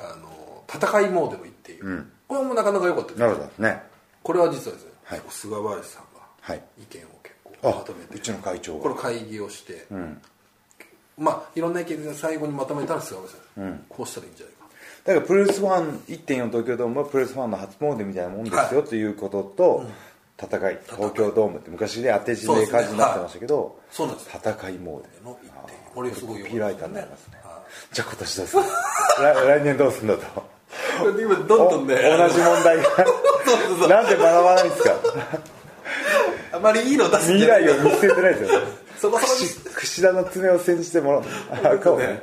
Speaker 2: あの戦いモードの1.4、
Speaker 1: ん
Speaker 2: これもなかなか良かったです
Speaker 1: なるほどね
Speaker 2: これは実はですね、
Speaker 1: はい
Speaker 2: 菅林さんが
Speaker 1: はい
Speaker 2: 意見を結構
Speaker 1: あ
Speaker 2: まとめて
Speaker 1: うちの会長
Speaker 2: これ
Speaker 1: が
Speaker 2: 会議をして、まあいろんな意見で最後にまとめたら菅原さん、こうしたらいいんじゃないか
Speaker 1: だからプロレスファン1.4東京ドームはプロレスファンの初詣みたいなもんですよ、
Speaker 2: は
Speaker 1: ということと、戦い東京ドームって昔で当て字で感じになってましたけど
Speaker 2: そうですねは
Speaker 1: 戦いモード
Speaker 2: の一点
Speaker 1: あー
Speaker 2: これすごい
Speaker 1: コ
Speaker 2: よ
Speaker 1: ピーライターになりますね
Speaker 2: は
Speaker 1: じゃあ今年どうする
Speaker 2: (laughs)
Speaker 1: 来来年どうするんだと
Speaker 2: いこれで今どんどんね
Speaker 1: 同じ問題がなんで学ばないんですか
Speaker 2: あまりいいの出すんじ
Speaker 1: 未
Speaker 2: ゃない
Speaker 1: 来を見据えてないですよね
Speaker 2: そこそこ
Speaker 1: 串串田の爪を煎じてもらうあかもね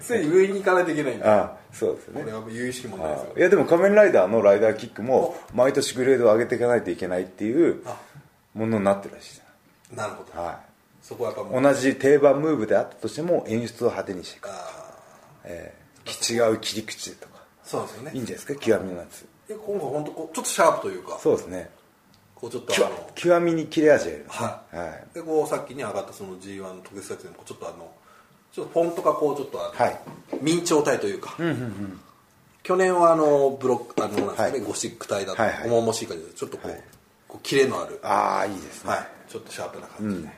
Speaker 2: ついに上に行かないといけないんでこ
Speaker 1: あそうですよ
Speaker 2: れ
Speaker 1: ね
Speaker 2: はもう由々しき問題ですよ
Speaker 1: いやでも仮面ライダーのライダーキックも毎年グレードを上げていかないといけないっていうものになってるらしいです
Speaker 2: なるほど、
Speaker 1: は
Speaker 2: そこはやっぱもう
Speaker 1: い同じ定番ムーブであったとしても演出を派手にしていく、
Speaker 2: あ
Speaker 1: えー、違う切り口とか
Speaker 2: ーそうなんですよね
Speaker 1: いいんじゃないですか極みの夏
Speaker 2: で今回本当こうちょっとシャープというか
Speaker 1: そうですね
Speaker 2: こうちょっとあ
Speaker 1: 極
Speaker 2: の
Speaker 1: 極みに切れ味がいるんですね
Speaker 2: はい、
Speaker 1: はい
Speaker 2: でこうさっきに上がったその G1 の特別作戦もちょっとあのちょっとフォントがこうちょっとあの、
Speaker 1: はい
Speaker 2: 明朝体というか、去年はあのブロックあのなんですかね、
Speaker 1: はい
Speaker 2: ゴシック体だと、
Speaker 1: はいはい
Speaker 2: 重々しい感じでちょっとこう,、
Speaker 1: はい
Speaker 2: こうキレのある、は
Speaker 1: ああいいですね、
Speaker 2: い、ちょっとシャープな感じで、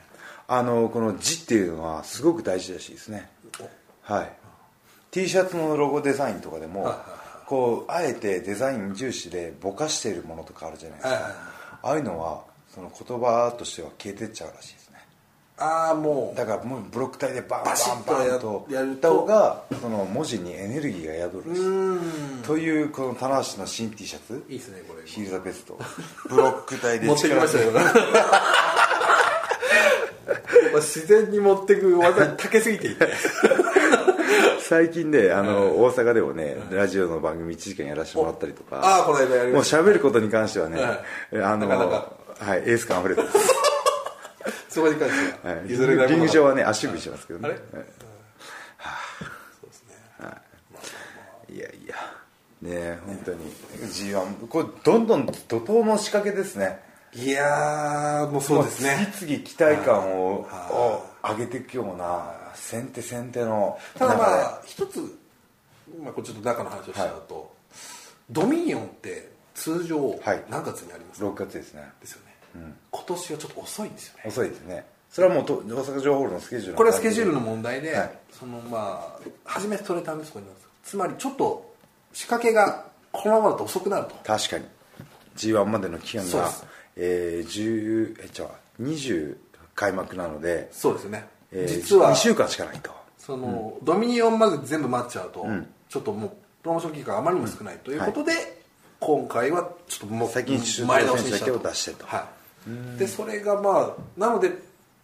Speaker 1: あのこの字っていうのはすごく大事らしいですねはい T シャツのロゴデザインとかでも、
Speaker 2: はいはい
Speaker 1: こうあえてデザイン重視でぼかしているものとかあるじゃないですか、
Speaker 2: はいはいはい
Speaker 1: ああいうのはその言葉としては消えてっちゃうらしいですね
Speaker 2: ああもう
Speaker 1: だからもうブロック体でバンバ
Speaker 2: バシッ
Speaker 1: ン
Speaker 2: と
Speaker 1: バ
Speaker 2: や
Speaker 1: ンと
Speaker 2: や
Speaker 1: や
Speaker 2: ると
Speaker 1: った方がその文字にエネルギーが宿るらしいですというこの棚橋の新 T シャツ
Speaker 2: いいですねこれ
Speaker 1: ヒールザベストブロック体で
Speaker 2: 持ってきました
Speaker 1: (laughs)
Speaker 2: よ自然に持って
Speaker 1: (laughs)
Speaker 2: く技にたけすぎていて
Speaker 1: 最近ねあの、大阪でもね、ラジオの番組1時間やらせてもらったりとか
Speaker 2: ああこの間やり
Speaker 1: もう
Speaker 2: ました
Speaker 1: 喋ることに関してはね、
Speaker 2: はい
Speaker 1: えあの
Speaker 2: なかなか
Speaker 1: はい、エース感あふれてます、
Speaker 2: そこに関しては、
Speaker 1: はい、
Speaker 2: (laughs) 譲れないものが
Speaker 1: リング上はね足踏みしてますけどね
Speaker 2: あれ
Speaker 1: はい
Speaker 2: そうですね
Speaker 1: いやいやね本当に G1 これどんどん怒涛の仕掛けですね
Speaker 2: いやーもうそうですね
Speaker 1: もう次々期待感をを
Speaker 2: は
Speaker 1: 上げていくような先手先手の
Speaker 2: ただま
Speaker 1: なんか
Speaker 2: あ一つ、まあ、これちょっと中の話をしちゃうと、ドミニオンって通常
Speaker 1: はい
Speaker 2: 何月にありますか、
Speaker 1: 6月ですね
Speaker 2: ですよね、今年はちょっと遅いんですよね
Speaker 1: 遅いですねそれはもうと大阪城ホールのスケジュールの
Speaker 2: これはスケジュールの問題で、
Speaker 1: はい
Speaker 2: そのまあ初めて取れたんですここになるんですよつまりちょっと仕掛けがこのままだと遅くなると
Speaker 1: 確かに G1 までの期間
Speaker 2: そうで
Speaker 1: が
Speaker 2: す、
Speaker 1: えー、10えじゃあ20開幕なので、
Speaker 2: そうですよね、
Speaker 1: えー、
Speaker 2: 実は
Speaker 1: 2週間しかないと
Speaker 2: その、ドミニオンまで全部待っちゃうと、ちょっともうプロモーション期間あまりにも少ないということで、今回はちょっともう
Speaker 1: 最近シュート
Speaker 2: 前倒しにし
Speaker 1: 選手だけを
Speaker 2: た
Speaker 1: 出してと
Speaker 2: はい、でそれがまあなので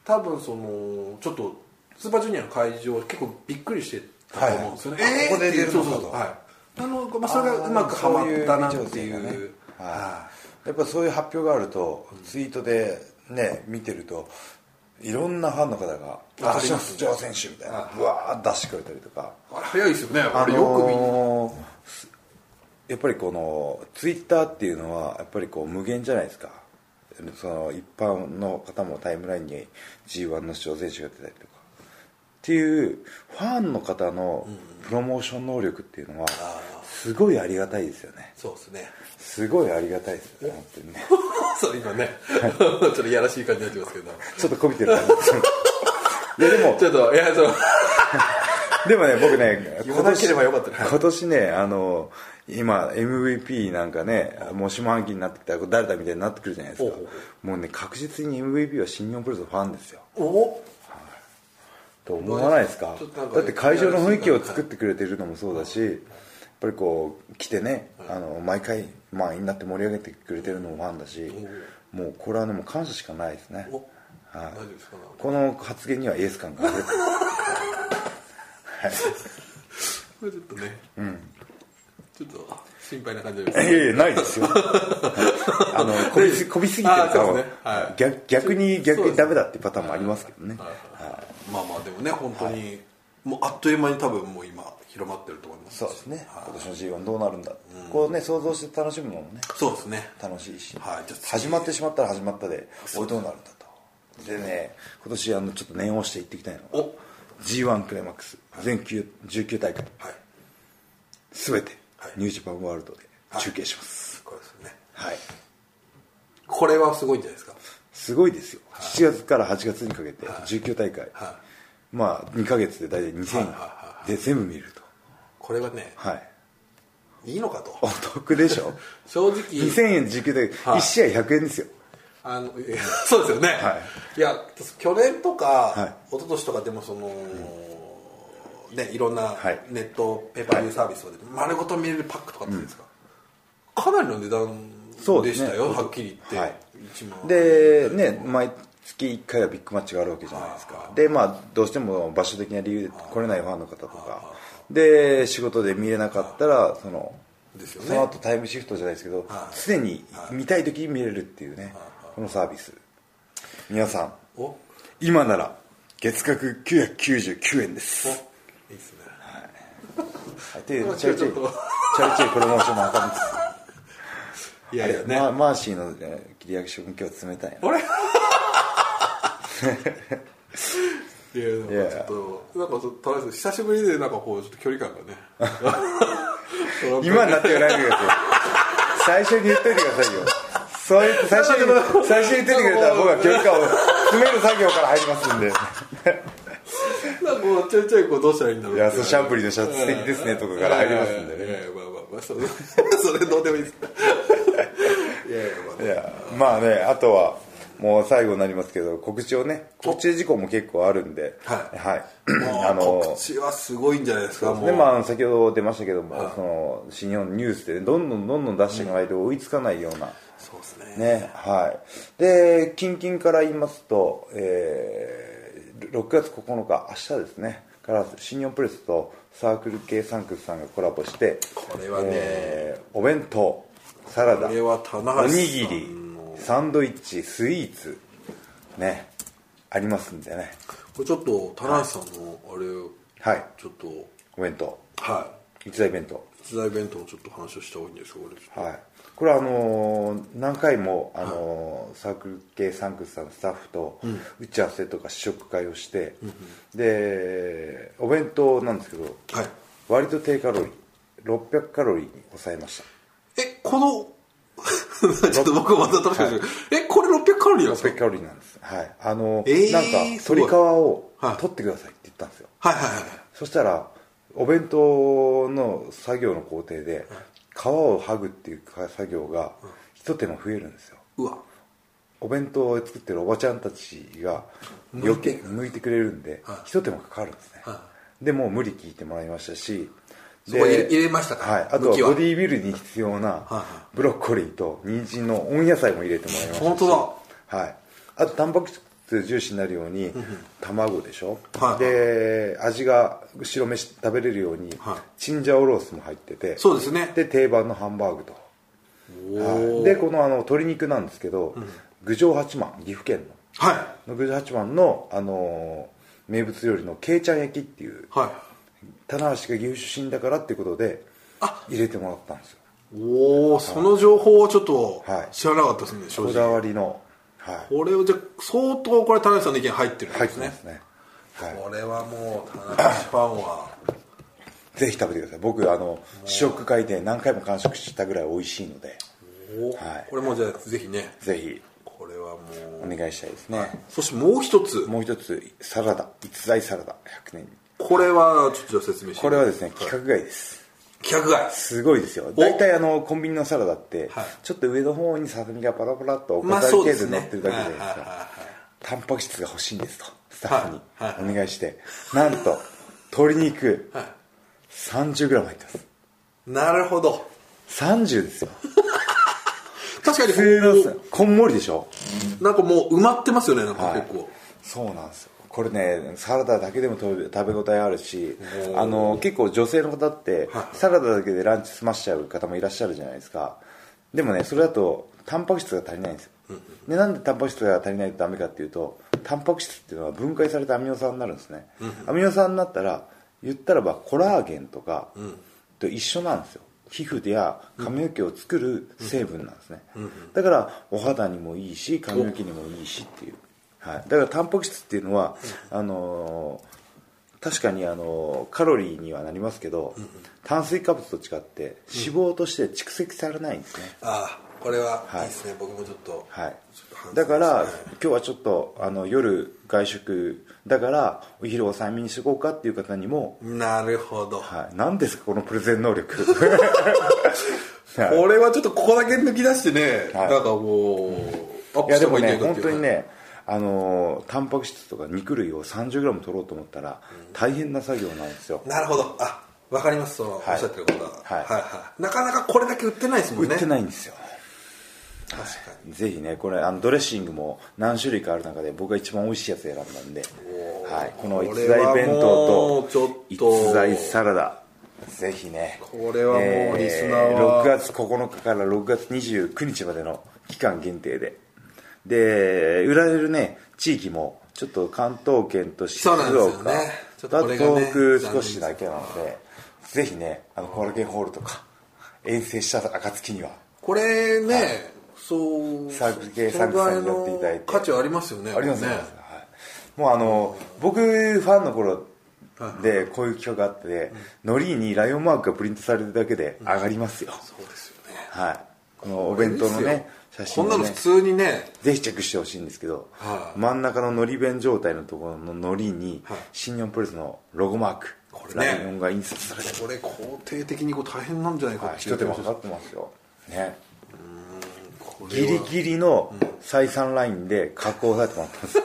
Speaker 2: 多分そのちょっとスーパージュニアの会場結構びっくりしてたと思うんですよね、
Speaker 1: はいはい
Speaker 2: えー
Speaker 1: ここで出るのかと
Speaker 2: そうそうそうはいなのまあ、それがうまくはまったなって
Speaker 1: そういう微調整
Speaker 2: いう
Speaker 1: がね
Speaker 2: は
Speaker 1: はい、やっぱそういう発表があるとツイートでね見てるといろんなファンの方が「
Speaker 2: あ
Speaker 1: 私の出場選手」みたいな
Speaker 2: あ
Speaker 1: うわー出してくれたりとか
Speaker 2: いあれ早いですよねあ
Speaker 1: あ
Speaker 2: れよく見
Speaker 1: のーすやっぱりこのツイッターっていうのはやっぱりこう無限じゃないですかその一般の方もタイムラインに g 1の出場選手が出たりとかっていうファンの方のプロモーション能力っていうのはすごいありがたいですよね
Speaker 2: そうですね (laughs)
Speaker 1: すごいありがたいですよね本当にね
Speaker 2: そう今ね (laughs) ちょっといやらしい感じになってますけど
Speaker 1: ちょっとこびてる感じ (laughs) いやでも
Speaker 2: ちょっといやそう
Speaker 1: でもね僕ね
Speaker 2: 言わなければよかったね
Speaker 1: 今年ねあの今 MVP なんかねもう下半期になってきたら誰だみたいになってくるじゃないですか
Speaker 2: ほうほ
Speaker 1: もうね確実に MVP は新日本プロレスのファンですよ
Speaker 2: お
Speaker 1: と思わないですか
Speaker 2: ちょっとなんか
Speaker 1: だって会場の雰囲気を作ってくれてるのもそうだしやっぱりこう来てねあの毎回満員になって盛り上げてくれてるのもファンだしもうこれはねもう感謝しかないですね
Speaker 2: お
Speaker 1: はい
Speaker 2: 大丈夫ですかなんか
Speaker 1: この発言にはエース感がある
Speaker 2: これちょっとねちょっと心配な感じです
Speaker 1: いやいやない
Speaker 2: (laughs)
Speaker 1: ですよあのこびすこびすぎてる
Speaker 2: あ
Speaker 1: か
Speaker 2: そう
Speaker 1: ら、
Speaker 2: ですねはい
Speaker 1: 逆逆に逆
Speaker 2: そう
Speaker 1: に
Speaker 2: ですね
Speaker 1: ダメだってパターンもありますけどね、
Speaker 2: まあまあでもね本当にもうあっという間に多分もう今広まってると思います
Speaker 1: そうですね
Speaker 2: はい
Speaker 1: 今年の G1 どうなるんだ、こうね想像して楽しむのもね
Speaker 2: そうですね
Speaker 1: 楽しいし、
Speaker 2: はいじゃあ次
Speaker 1: 始まってしまったら始まったでおいどうなるんだとでね今年あのちょっと念を押していってきたいのが
Speaker 2: お
Speaker 1: g 1クライマックス全9 19大会
Speaker 2: はい
Speaker 1: 全て
Speaker 2: はい
Speaker 1: ニュージャパンワールドで中継します
Speaker 2: これですよね
Speaker 1: はい、
Speaker 2: これはすごいんじゃないですか
Speaker 1: すごいですよ7月から8月にかけて19大会、
Speaker 2: は
Speaker 1: まあ2ヶ月で大体
Speaker 2: は
Speaker 1: 2000
Speaker 2: い
Speaker 1: で全部見ると
Speaker 2: これはね
Speaker 1: はい
Speaker 2: いいのかと
Speaker 1: お得でし
Speaker 2: (laughs)
Speaker 1: ょ
Speaker 2: 正
Speaker 1: 2000
Speaker 2: 直
Speaker 1: 円19大会、
Speaker 2: は
Speaker 1: 1
Speaker 2: い
Speaker 1: 試合100円ですよ
Speaker 2: あのいや (laughs) そうですよね、、
Speaker 1: はい
Speaker 2: や去年とか、
Speaker 1: は
Speaker 2: 一昨年とかでもその、ねいろんないネットペーパービューサービスとかで丸ごと見れるパックとかって言うんですか、かなりの値
Speaker 1: そう
Speaker 2: 段
Speaker 1: で
Speaker 2: ですし
Speaker 1: ね
Speaker 2: たよ、はっきり言っ
Speaker 1: は
Speaker 2: て、
Speaker 1: い
Speaker 2: 一万
Speaker 1: でね毎月1回はビッグマッチがあるわけじゃないです
Speaker 2: は
Speaker 1: か
Speaker 2: い
Speaker 1: でまあどうしても場所的な理由で来れないファンの方とかで仕事で見れなかったらその
Speaker 2: ですよね
Speaker 1: その後タイムシフトじゃないですけど
Speaker 2: はい
Speaker 1: 常に見たい時に見れるっていうねこのサービス皆さん
Speaker 2: おお
Speaker 1: 今なら月額999円です
Speaker 2: いいですね
Speaker 1: はいというチャリチャリ
Speaker 2: ちょっと
Speaker 1: チャリチャリプロモーションの赤道です
Speaker 2: いやい (laughs) やね、
Speaker 1: まあマーシーのねリアクション今日冷たいな
Speaker 2: あれいやなんかちょっとなんかちょっと田中さん久しぶりでなんかこうちょっと距離感がね
Speaker 1: 今になってはないでください最初に言っといてくださいよそうやって最初に最初に言っといてくれたら僕は距離感を詰める作業から入りますん
Speaker 2: (laughs)
Speaker 1: で
Speaker 2: なんかこうちょいちょいこうどうしたらいいんだろう
Speaker 1: い
Speaker 2: い
Speaker 1: やそうシャンプリーのシャツ素敵ですねとかから入りますんでね
Speaker 2: いやいやまあまあまあ
Speaker 1: (laughs)
Speaker 2: それそれどうでもいいですいやいやまあ
Speaker 1: いやまあねあとはもう最後になりますけど告知をね告知事項も結構あるんで
Speaker 2: はい
Speaker 1: はいあ
Speaker 2: もう
Speaker 1: の
Speaker 2: 告知はすごいんじゃないですかもう
Speaker 1: でまあ、先ほど出ましたけども、その新日本のニュースで、ね、どんどんどんどん出していかないと追いつかないような、
Speaker 2: そうですね
Speaker 1: ねはい、で近々から言いますと、えー6月9日明日ですねから新日本プレスとサークル系サンクスさんがコラボして
Speaker 2: これはね
Speaker 1: えーお弁当サラダ
Speaker 2: これは棚橋さんの
Speaker 1: おにぎりサンドイッチスイーツねありますんでね
Speaker 2: これちょっと田中さんのあれを
Speaker 1: はい
Speaker 2: ちょっと
Speaker 1: お弁当
Speaker 2: はい
Speaker 1: 一大弁当
Speaker 2: 実在弁当のちょっと話をした方がいいんですかこれちょっと
Speaker 1: はい、これはあのー何回も、あのーサークル系サンクスさんのスタッフと打ち合わせとか試食会をして、でお弁当なんですけど、
Speaker 2: はい
Speaker 1: 割と低カロリー600カロリーに抑えまし
Speaker 2: えこの (laughs) ちょっと僕はまた楽しかったですけどえこれ600カロリーなん
Speaker 1: た
Speaker 2: ですか
Speaker 1: 600カロリーなんです、はいあのー
Speaker 2: えー
Speaker 1: なんか
Speaker 2: すごい
Speaker 1: 鶏皮を
Speaker 2: はい
Speaker 1: 取ってくださいって言ったんですよ、
Speaker 2: はいはいはい
Speaker 1: そしたらお弁当の作業の工程で皮を剥ぐっていう作業が一手間増えるんですよ
Speaker 2: うわ
Speaker 1: お弁当を作ってるおばちゃんたちが余計向いてくれるんで
Speaker 2: はい
Speaker 1: 一手間かかるんですね
Speaker 2: は
Speaker 1: でもう無理聞いてもらいましたし
Speaker 2: そこ入れ入れましたか
Speaker 1: はい、あと
Speaker 2: 向
Speaker 1: は
Speaker 2: きは
Speaker 1: ボディービルに必要な
Speaker 2: は
Speaker 1: ブロッコリーと人参の温野菜も入れてもらいましたし
Speaker 2: 本当
Speaker 1: だはいあとタンパク質重視になるように卵でしょ、
Speaker 2: はい
Speaker 1: で味が白飯食べれるように
Speaker 2: はい
Speaker 1: チンジャオロースも入ってて
Speaker 2: そうですね
Speaker 1: で定番のハンバーグと
Speaker 2: お
Speaker 1: はい
Speaker 2: ー
Speaker 1: でこのあの鶏肉なんですけど、郡上八幡岐阜県
Speaker 2: は
Speaker 1: のの郡上八幡の、あのー名物料理のけいちゃん焼きっていう
Speaker 2: いはい
Speaker 1: 棚橋が岐阜出身だからっていうことで入れてもらったんですよ
Speaker 2: おおその情報をちょっと
Speaker 1: はい
Speaker 2: 知らなかったですね、正
Speaker 1: こだ
Speaker 2: 直
Speaker 1: わりのはい
Speaker 2: これをじゃあ相当これ田中さんの意見入ってるん
Speaker 1: 入っ
Speaker 2: です
Speaker 1: てま
Speaker 2: ね
Speaker 1: すねはい
Speaker 2: これはもう田中ファンは
Speaker 1: ぜひ食べてください僕あの試食会で何回も完食したぐらい美味しいので
Speaker 2: お
Speaker 1: はい
Speaker 2: これもじゃあぜひね
Speaker 1: ぜひ
Speaker 2: これはも
Speaker 1: お
Speaker 2: う
Speaker 1: 願いしたいですね
Speaker 2: そしてもう一つ
Speaker 1: もう一つサラダ逸材サラダ100年に
Speaker 2: これはちょっとじゃあ説明して
Speaker 1: これはですね規格外です
Speaker 2: 企画外
Speaker 1: すごいですよ大体あのコンビニのサラダって、
Speaker 2: はい
Speaker 1: ちょっと上の方にささみがパラパラっとお
Speaker 2: まあ
Speaker 1: 飾り
Speaker 2: そ
Speaker 1: 程度
Speaker 2: うです
Speaker 1: にな
Speaker 2: ね
Speaker 1: ってるだけじゃないです
Speaker 2: はいはいはい
Speaker 1: かタンパク質が欲しいんですとスタッフに
Speaker 2: はいはい
Speaker 1: お願いして、なんと鶏肉
Speaker 2: はい
Speaker 1: 30g 入って
Speaker 2: なるほど
Speaker 1: ます30ですよ
Speaker 2: 確か
Speaker 1: 普
Speaker 2: に
Speaker 1: 通のさこんもりでしょ
Speaker 2: なんかもう埋まってますよねなんか
Speaker 1: はい
Speaker 2: 結構、
Speaker 1: そうなんですよこれねサラダだけでも食べ食べ応えあるし
Speaker 2: おー
Speaker 1: あの結構女性の方って
Speaker 2: はい
Speaker 1: サラダだけでランチ済ましちゃう方もいらっしゃるじゃないですかでもねそれだとタンパク質が足りないんですよでなんでタンパク質が足りないとダメかっていうとタンパク質っていうのは分解されたアミノ酸になるんですねアミノ酸になったら言ったらばコラーゲンとかと一緒なんですよ皮膚や髪の毛を作る成分なんですねだからお肌にもいいし髪の毛にもいいしっていうはい、だからタンパク質っていうのは、あのー確かに、あのーカロリーにはなりますけど、炭水化物と違って脂肪として蓄積されないんですね、
Speaker 2: ああこれは
Speaker 1: はい
Speaker 2: いいですね、僕もちょっと
Speaker 1: はい
Speaker 2: ちょっと反省、
Speaker 1: だから、
Speaker 2: ですね
Speaker 1: 今日はちょっとあの夜外食だからお昼を催眠にしとこうかっていう方にも、
Speaker 2: なるほど、
Speaker 1: はい、何ですかこのプレゼン能
Speaker 2: (laughs)
Speaker 1: 力はい
Speaker 2: これはちょっとここだけ抜き出してね、
Speaker 1: はい
Speaker 2: なんかもうアッ
Speaker 1: い
Speaker 2: プ
Speaker 1: や
Speaker 2: し
Speaker 1: で
Speaker 2: た方
Speaker 1: も
Speaker 2: がいい
Speaker 1: ね
Speaker 2: んじゃな
Speaker 1: 本
Speaker 2: いかって
Speaker 1: 当
Speaker 2: いう
Speaker 1: にねあのータンパク質とか肉類を 30g 取ろうと思ったら大変な作業なんですよ、
Speaker 2: なるほどあわかりますその、
Speaker 1: はい
Speaker 2: おっしゃってることは、
Speaker 1: はい
Speaker 2: なかなかこれだけ売ってないですもんね
Speaker 1: 売って
Speaker 2: い
Speaker 1: ないんですよ
Speaker 2: 確か
Speaker 1: ぜひねこれあのドレッシングも何種類かある中で僕が一番美味しいやつ選んだんで、
Speaker 2: おー
Speaker 1: はい、この逸材弁当
Speaker 2: これは
Speaker 1: と
Speaker 2: もうちょっと
Speaker 1: 逸材サラダぜひね
Speaker 2: これはもうリスナーは
Speaker 1: 6月9日から6月29日までの期間限定でで売られるね地域もちょっと関東圏と静岡
Speaker 2: そうなんですよねちょっとこれがね
Speaker 1: 東北少しだけなのでぜひねあのコラケンホールとか遠征した暁には
Speaker 2: これね、そう
Speaker 1: サークル系
Speaker 2: そのぐら
Speaker 1: サークルさんにやっていただいて
Speaker 2: 価値はありますよね
Speaker 1: ありますね
Speaker 2: ね
Speaker 1: はい、もうあの、僕ファンの頃でこういう企画があって、のりにライオンマークがプリントされてるだけで上がりますよ、
Speaker 2: そうですよね
Speaker 1: はいこのお弁当のね写真
Speaker 2: こんな
Speaker 1: を
Speaker 2: の
Speaker 1: ね
Speaker 2: 普通にね
Speaker 1: ぜひチェックしてほしいんですけど、
Speaker 2: はい
Speaker 1: 真ん中ののり弁状態のところののりに、
Speaker 2: はい
Speaker 1: 新日本プロレスのロゴマーク
Speaker 2: これね
Speaker 1: ライオンが印刷されてる、
Speaker 2: これ肯定的にこう大変なんじゃないか
Speaker 1: はい、
Speaker 2: ってい
Speaker 1: 一
Speaker 2: う
Speaker 1: 手間かかってますよね
Speaker 2: これ
Speaker 1: ギ
Speaker 2: は
Speaker 1: リギリの採算ラインで加工されてもらったんです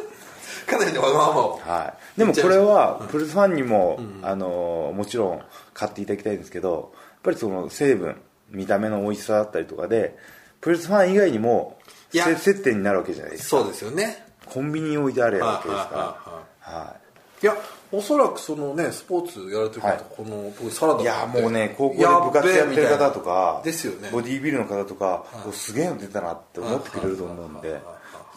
Speaker 2: かなりねわがままを
Speaker 1: はい、でもこれはプロレスファンにも、あのーもちろん買っていただきたいんですけどやっぱりその成分見た目の美味しさだったりとかでプロレスファン以外にも
Speaker 2: いや
Speaker 1: せ接点になるわけじゃないですか
Speaker 2: そうですよね
Speaker 1: コンビニに置いてあるわけです
Speaker 2: は
Speaker 1: か
Speaker 2: いはいはい
Speaker 1: ら、
Speaker 2: はい
Speaker 1: はい
Speaker 2: いやおそらくそのねスポーツやられてる方、
Speaker 1: はい
Speaker 2: この僕サラダ
Speaker 1: いや
Speaker 2: って
Speaker 1: もうね高校で部活やってる
Speaker 2: やっべえみたいな
Speaker 1: 方とか
Speaker 2: ですよね
Speaker 1: ボディービルの方とか、おすげえの出たなって思ってくれると思うんで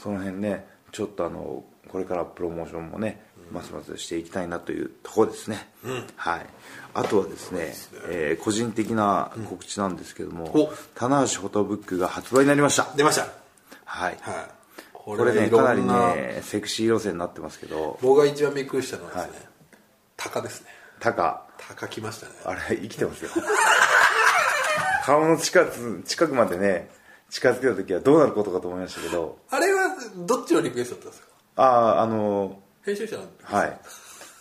Speaker 1: その辺ねちょっとあのこれからプロモーションもねますますしていきたいなというところですね、はいあとはですねえー個人的な告知なんですけども、
Speaker 2: お
Speaker 1: 棚橋フォトブックが発売になりました
Speaker 2: 出ました
Speaker 1: はい、
Speaker 2: はいこ
Speaker 1: これね
Speaker 2: いろ
Speaker 1: か
Speaker 2: ん
Speaker 1: なりねセクシー路線になってますけど
Speaker 2: 僕が一番びっくりしたのはですね、鷹ですね
Speaker 1: タカ
Speaker 2: 鷹来ましたね
Speaker 1: あれ生きてますよ (laughs) 顔の近く近くまでね近づけた時はどうなることかと思いましたけど
Speaker 2: あれはどっちのリクエストだったんですか
Speaker 1: あああの
Speaker 2: 編集者の
Speaker 1: はい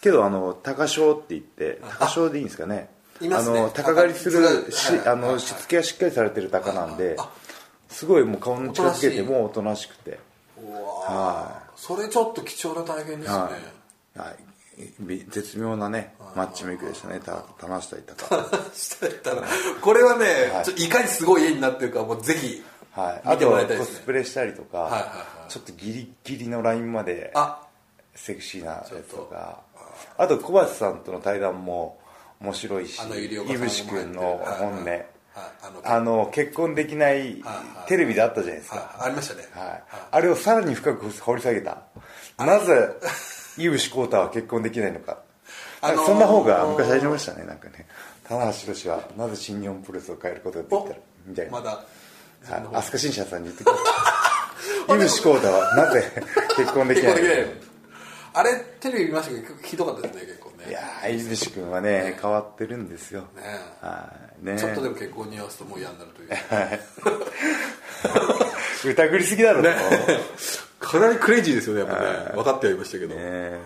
Speaker 1: けどあの高翔って言って高翔でいいんですかね
Speaker 2: いますね
Speaker 1: あの高狩りするし
Speaker 2: はいはい
Speaker 1: あのしつけがしっかりされてる鷹なんですごいもう顔に近づけてもおとなしくて
Speaker 2: うわーそれちょっと貴重な体験ですね、 (laughs)
Speaker 1: はい、はい、び絶妙なねマッチメイクでしたねた棚下いた
Speaker 2: (laughs)
Speaker 1: か
Speaker 2: したったらこれはね、ちょっといかにすごい絵になってるかもうぜひ
Speaker 1: はい、あ
Speaker 2: 見て
Speaker 1: と
Speaker 2: も
Speaker 1: は
Speaker 2: らいたいで
Speaker 1: コ
Speaker 2: す
Speaker 1: ス
Speaker 2: ね
Speaker 1: プレしたりとか、
Speaker 2: いはいは
Speaker 1: ちょっとギリギリのラインまで
Speaker 2: あ
Speaker 1: セクシーなやつとかあと小橋さんとの対談も面白いし
Speaker 2: あの百合
Speaker 1: いぶ
Speaker 2: 子
Speaker 1: し
Speaker 2: さんも入ってる
Speaker 1: 君の本音、
Speaker 2: はいはいはいあの
Speaker 1: あの結婚できない
Speaker 2: はい
Speaker 1: テレビであったじゃないですか、
Speaker 2: あありましたね、
Speaker 1: はいあれをさらに深く掘り下げたなぜいぶし浩太は結婚できないのか
Speaker 2: あのー
Speaker 1: なんかそんな方が昔ありましたねなんかね棚橋宏はなぜ新日本プロレスを変えることができたらみたいな
Speaker 2: まだ
Speaker 1: はい、飛鳥新社さんに言ってきま
Speaker 2: (laughs)
Speaker 1: した。井口浩太はなぜ結婚でき
Speaker 2: 結
Speaker 1: な
Speaker 2: 構
Speaker 1: い
Speaker 2: できないよあれテレビ見ましたけど結構ひどかったですね結構ね
Speaker 1: いやー泉志君はね変わってるんですよ
Speaker 2: ね
Speaker 1: はいね
Speaker 2: ちょっとでも結婚に合わすともう嫌になると
Speaker 1: (laughs)
Speaker 2: いう
Speaker 1: 疑りすぎだ (laughs) ろう
Speaker 2: かなりクレイジーですよねやっぱね分かってはいましたけど、
Speaker 1: え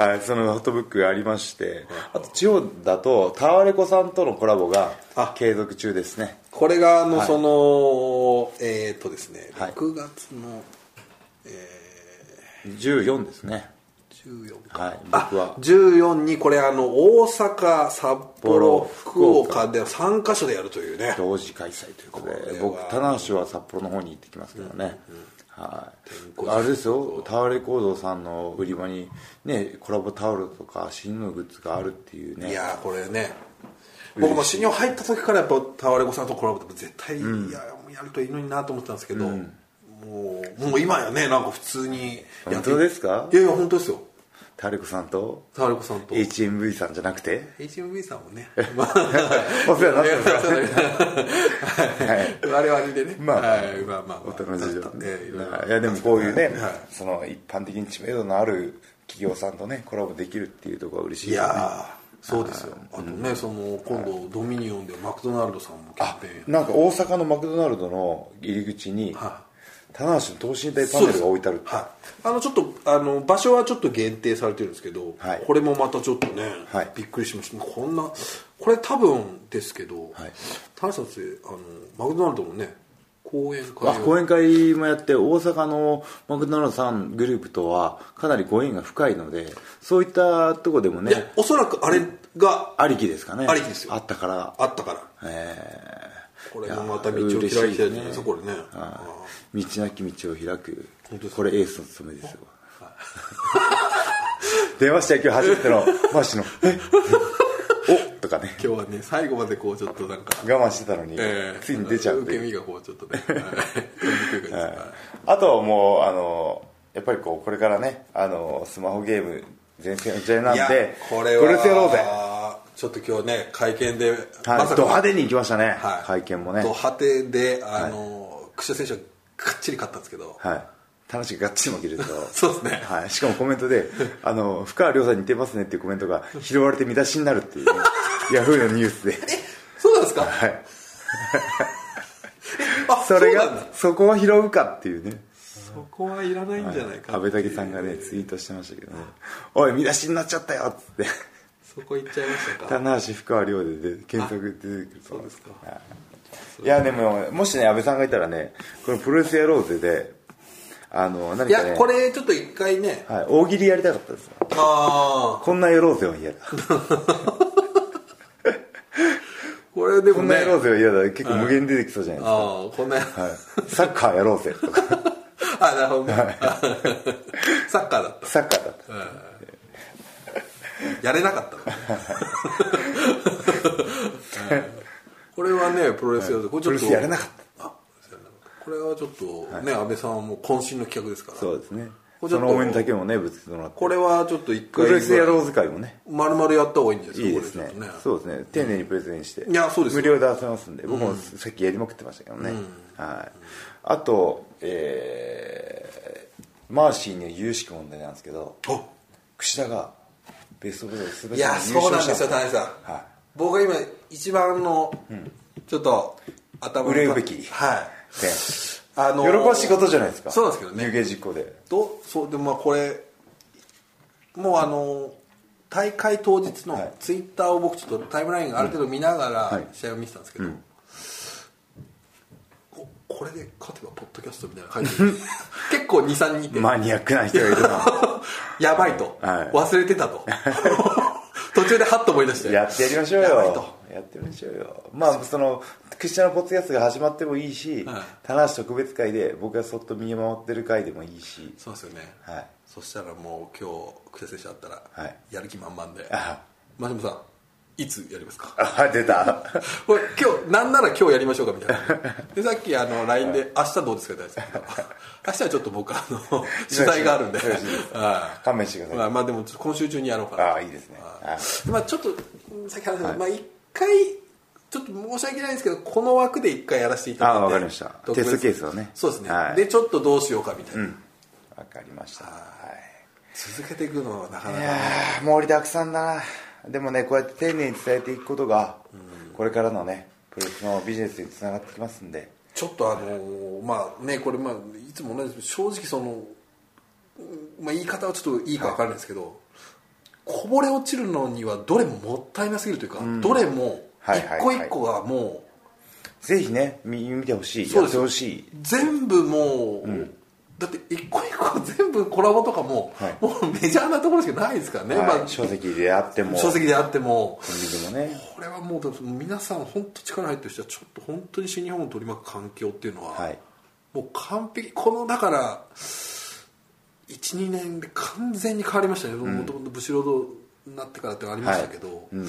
Speaker 1: え (laughs) はい、そのホットブックがありましてあと地方だとタワレコさんとのコラボが
Speaker 2: あ
Speaker 1: 継続中ですね
Speaker 2: これがあの、そのえーっとですね
Speaker 1: はい
Speaker 2: 6月の、え
Speaker 1: 14ですね
Speaker 2: ー14か、
Speaker 1: はい
Speaker 2: あ
Speaker 1: 僕は
Speaker 2: 14にこれあの大阪札幌
Speaker 1: 幌
Speaker 2: 福岡で3カ所でやるというね
Speaker 1: 同時開催ということ
Speaker 2: これ
Speaker 1: で
Speaker 2: は
Speaker 1: 僕棚橋は札幌の方に行ってきますけどね、はい、あれですよタワレコードさんの売り場にねコラボタオルとか新のグッズがあるっていうね
Speaker 2: いやーこれね僕も新日本入った時からやっぱタワレコさんとコラボって絶対、いやもうやるといいのになと思ってたんですけど、もうもう今やねなんか普通にや
Speaker 1: 本
Speaker 2: って
Speaker 1: 当ですか
Speaker 2: いやいや本当ですよ
Speaker 1: タワレコさんと
Speaker 2: タワレコさんと
Speaker 1: HMV さんじゃなくて
Speaker 2: HMV さんも
Speaker 1: (laughs)
Speaker 2: ね、まあ、
Speaker 1: お世話になってますからね
Speaker 2: はい我々でね、
Speaker 1: まあ
Speaker 2: はい、まあまあ、ま
Speaker 1: お
Speaker 2: あ、
Speaker 1: 楽しみだ
Speaker 2: ねいろいろ
Speaker 1: いやでもこういうね、その一般的に知名度のある企業さんとねコラボできるっていうところは嬉しい
Speaker 2: い
Speaker 1: ですね
Speaker 2: やーそうですよあとね、その今度ドミニオンでマクドナルドさんもキャンペーン
Speaker 1: なんか大阪のマクドナルドの入り口に
Speaker 2: は
Speaker 1: 棚橋の等身大パ
Speaker 2: そう
Speaker 1: ネ
Speaker 2: です
Speaker 1: ルが置いてあるって
Speaker 2: はい、あのちょっとあの場所はちょっと限定されてるんですけど、
Speaker 1: はい
Speaker 2: これもまたちょっとね、
Speaker 1: はい
Speaker 2: びっくりしましたこんなこれ多分ですけど、
Speaker 1: はい
Speaker 2: 田中さんってあのマクドナルドのね講演会を
Speaker 1: あ講演会もやって大阪のマクドナルドさんグループとはかなりご縁が深いのでそういったとこでも
Speaker 2: いや
Speaker 1: ね
Speaker 2: おそらくあれが
Speaker 1: ありきですかね
Speaker 2: ありきですよ
Speaker 1: あったから
Speaker 2: あったから
Speaker 1: えー
Speaker 2: これもまた道を開いてるじゃない
Speaker 1: い
Speaker 2: で
Speaker 1: や
Speaker 2: すかこれね
Speaker 1: はい道なき道を開く
Speaker 2: 本当ですか
Speaker 1: これエースの務めですよ出ましたよ今日初めてのマシの「えおとかね
Speaker 2: 今日はね最後までこうちょっとなんか、
Speaker 1: 我慢してたのに、
Speaker 2: えー
Speaker 1: ついに出ちゃうって
Speaker 2: 受
Speaker 1: い
Speaker 2: け
Speaker 1: う
Speaker 2: 身がこうちょっ
Speaker 1: (laughs)
Speaker 2: とねはい取りにくい感じですはい
Speaker 1: あとはもうあのやっぱりこうこれからねあのスマホゲーム全盛の時代なん
Speaker 2: いや
Speaker 1: で
Speaker 2: これは
Speaker 1: プロレスやろうぜ、は
Speaker 2: ちょっと今日ね会見で、
Speaker 1: い、
Speaker 2: まさか
Speaker 1: ド派手に行きましたね、
Speaker 2: はい
Speaker 1: 会見もね
Speaker 2: ド派手であの、クシャ選手ががっちり勝ったんですけど、
Speaker 1: はい楽しくがっちり負けると
Speaker 2: (laughs) そうですね
Speaker 1: はい、しかもコメント
Speaker 2: (laughs)
Speaker 1: で「あの深川亮さんに似てますね」っていうコメントが拾われて見出しになるっていう、
Speaker 2: (laughs)
Speaker 1: ね、ヤフーのニュースで
Speaker 2: そうなんですか、
Speaker 1: はい
Speaker 2: あ
Speaker 1: それ
Speaker 2: うなんだ
Speaker 1: がそこは拾うかっていうね
Speaker 2: そこはいらないんじゃないか
Speaker 1: 安倍武さんがねツイートしてましたけどね「おい見出しになっちゃったよ」っつ
Speaker 2: (laughs)
Speaker 1: って
Speaker 2: そこ行っちゃいましたか
Speaker 1: 棚橋深川亮でで検索出てくると
Speaker 2: そう
Speaker 1: 思
Speaker 2: で
Speaker 1: う
Speaker 2: すか
Speaker 1: いやでももしね安倍さんがいたらねこのプロレスやろうぜであの何
Speaker 2: い
Speaker 1: かね
Speaker 2: やこれちょっと一回ね
Speaker 1: はい、大喜利やりたかったですよ
Speaker 2: ああ
Speaker 1: こんなやろうぜは嫌だ
Speaker 2: これでも
Speaker 1: こんな
Speaker 2: ね
Speaker 1: やろうぜは嫌だ結構無限に出てきそうじゃないですか、
Speaker 2: ああこんな、
Speaker 1: はい、サッカーやろうぜとか
Speaker 2: (laughs) あなるほどね、 (laughs) サッカーだっ
Speaker 1: サッカーだった
Speaker 2: たやれなかったのうんこれはねプロレスやるこれち
Speaker 1: プ
Speaker 2: ょ
Speaker 1: ロ
Speaker 2: っ
Speaker 1: レ
Speaker 2: と
Speaker 1: スやれなかった
Speaker 2: これはちょっとね、安倍さんはもう渾身の企画ですから
Speaker 1: そうですね
Speaker 2: これちょ
Speaker 1: そ
Speaker 2: っと
Speaker 1: の応援だけもねぶつけてもらって
Speaker 2: これはちょっと一
Speaker 1: プ
Speaker 2: 回
Speaker 1: ロレスやろうぜ会もね
Speaker 2: まるまるやった方がいいんじゃない
Speaker 1: いい
Speaker 2: で
Speaker 1: ですす
Speaker 2: か
Speaker 1: ね
Speaker 2: これちょっとね
Speaker 1: そうですね丁寧にプレゼンして
Speaker 2: いやそうですよ
Speaker 1: 無料で遊べますんで僕もさっきやりまくってましたけどね、はい、あとえー、マーシーには有識問題なんですけど櫛田がベストオブザス
Speaker 2: お
Speaker 1: ベ
Speaker 2: いやそうなんですよ田中さん、
Speaker 1: はい
Speaker 2: 僕が今一番のちょっと頭の
Speaker 1: 憂うべき
Speaker 2: はい
Speaker 1: ね
Speaker 2: あの
Speaker 1: 喜ばしいことじゃないですか
Speaker 2: そうなんですけどね
Speaker 1: 有言実行で
Speaker 2: とそうでもまあこれもうあの大会当日
Speaker 1: はい
Speaker 2: のツイッターを僕ちょっとタイムラインがある程度見なが
Speaker 1: は
Speaker 2: ら
Speaker 1: い
Speaker 2: 試合を見てたんですけど、ここれで勝てばポッドキャストみたいな感じで
Speaker 1: (laughs)
Speaker 2: 結構23人いて
Speaker 1: マニアックな人がいるな
Speaker 2: (laughs) やばいと、
Speaker 1: はい
Speaker 2: 忘れてたと (laughs) 途中でハッと思い出して
Speaker 1: やってやりましょうよ
Speaker 2: やばいと
Speaker 1: やってみましょうよまあそのクリスチャンのポッドキャストが始まってもいいし、
Speaker 2: はい
Speaker 1: 棚橋特別会で僕がそっと見守ってる会でもいいし
Speaker 2: そうですよね、
Speaker 1: はい
Speaker 2: そしたらもう今日久世選手だったら、
Speaker 1: はい
Speaker 2: やる気満々で
Speaker 1: あ
Speaker 2: 真島さんいつやりますか (laughs)
Speaker 1: あ出た
Speaker 2: これ今日なんなら今日やりましょうかみたいなでさっきあの LINE で「明日どうですか?」って言ったんで
Speaker 1: (laughs)
Speaker 2: すけど明日はちょっと僕あの取材があるんで
Speaker 1: よろしいです
Speaker 2: はい
Speaker 1: 勘弁してくだ
Speaker 2: ま
Speaker 1: さい
Speaker 2: あまあでもちょっと今週中にやろうか
Speaker 1: あ
Speaker 2: な
Speaker 1: あいいですね
Speaker 2: は
Speaker 1: あ
Speaker 2: いまあちょっとさっき話した、まあ一回ちょっと申し訳ないんですけどこの枠で一回やらせていただいて
Speaker 1: あわかりました
Speaker 2: 特別
Speaker 1: テストケースをね
Speaker 2: そうですね、
Speaker 1: はい
Speaker 2: でちょっとどうしようかみたいな、
Speaker 1: わかりました、はい
Speaker 2: 続けていくのはなかな
Speaker 1: い
Speaker 2: か
Speaker 1: やー盛りだくさんだなでもねこうやって丁寧に伝えていくことが、これからのねプロレスのビジネスにつながってきますんで
Speaker 2: ちょっとあのーまあねこれまあいつも同じですけど正直その、うんまあ、言い方はちょっといいか分からないですけど、こぼれ落ちるのにはどれももったいなすぎるというか、どれも
Speaker 1: はいはいは
Speaker 2: 一個
Speaker 1: い
Speaker 2: 一個がもう、
Speaker 1: ぜひね見見てほしい
Speaker 2: そ
Speaker 1: やっ
Speaker 2: うです
Speaker 1: てほしい
Speaker 2: 全部もう、だって一個一個全部コラボとかも、
Speaker 1: はい
Speaker 2: もうメジャーなところしかないですからね、
Speaker 1: はい
Speaker 2: まあ、
Speaker 1: 書籍であっても
Speaker 2: 書籍であっても
Speaker 1: コンビニでもね
Speaker 2: これはもう皆さん本当力入ってる人はちょっと本当に新日本を取り巻く環境っていうのは、
Speaker 1: はい
Speaker 2: もう完璧このだから12年で完全に変わりましたねもともとブシロードになってからってのありましたけど、
Speaker 1: うん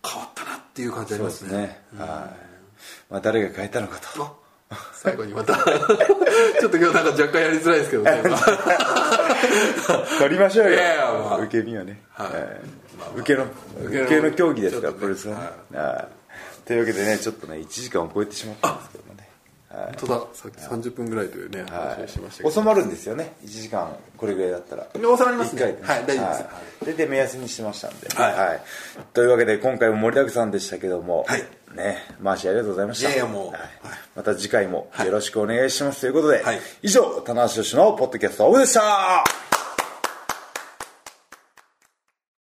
Speaker 2: 変わったなっていう感じあ
Speaker 1: そう
Speaker 2: りま
Speaker 1: ですす
Speaker 2: ね
Speaker 1: ね、はい、まあ、誰が変えたのかと
Speaker 2: あ最後にまた (laughs) ちょっと今日なんか若干やりづらいですけど
Speaker 1: (laughs)
Speaker 2: ね、まあ
Speaker 1: 取りましょうよ、
Speaker 2: いやいやまあ
Speaker 1: 受け身はね、
Speaker 2: はい
Speaker 1: えー受けの
Speaker 2: 受けの
Speaker 1: 受けの競技ですから、
Speaker 2: ちょっ
Speaker 1: プ
Speaker 2: とね
Speaker 1: ロレスはね、はいというわけでねちょっとね1時間を超えてしまったんですけどもね
Speaker 2: 本当ださっき30分ぐらいというね話
Speaker 1: は
Speaker 2: を
Speaker 1: い
Speaker 2: してましたけど、
Speaker 1: 収まるんですよね1時間これぐらいだったら
Speaker 2: 収まります
Speaker 1: 一
Speaker 2: ね
Speaker 1: 回で
Speaker 2: はい大丈夫です
Speaker 1: いでで目安にしてましたんで
Speaker 2: はい
Speaker 1: いというわけで今回も盛りだくさんでしたけども
Speaker 2: はい
Speaker 1: ねマーシーありがとうございました
Speaker 2: いやいやもう
Speaker 1: はいまた次回もよろしくお願いしますということで
Speaker 2: はい
Speaker 1: 以上棚橋宏のポッドキャストオブでした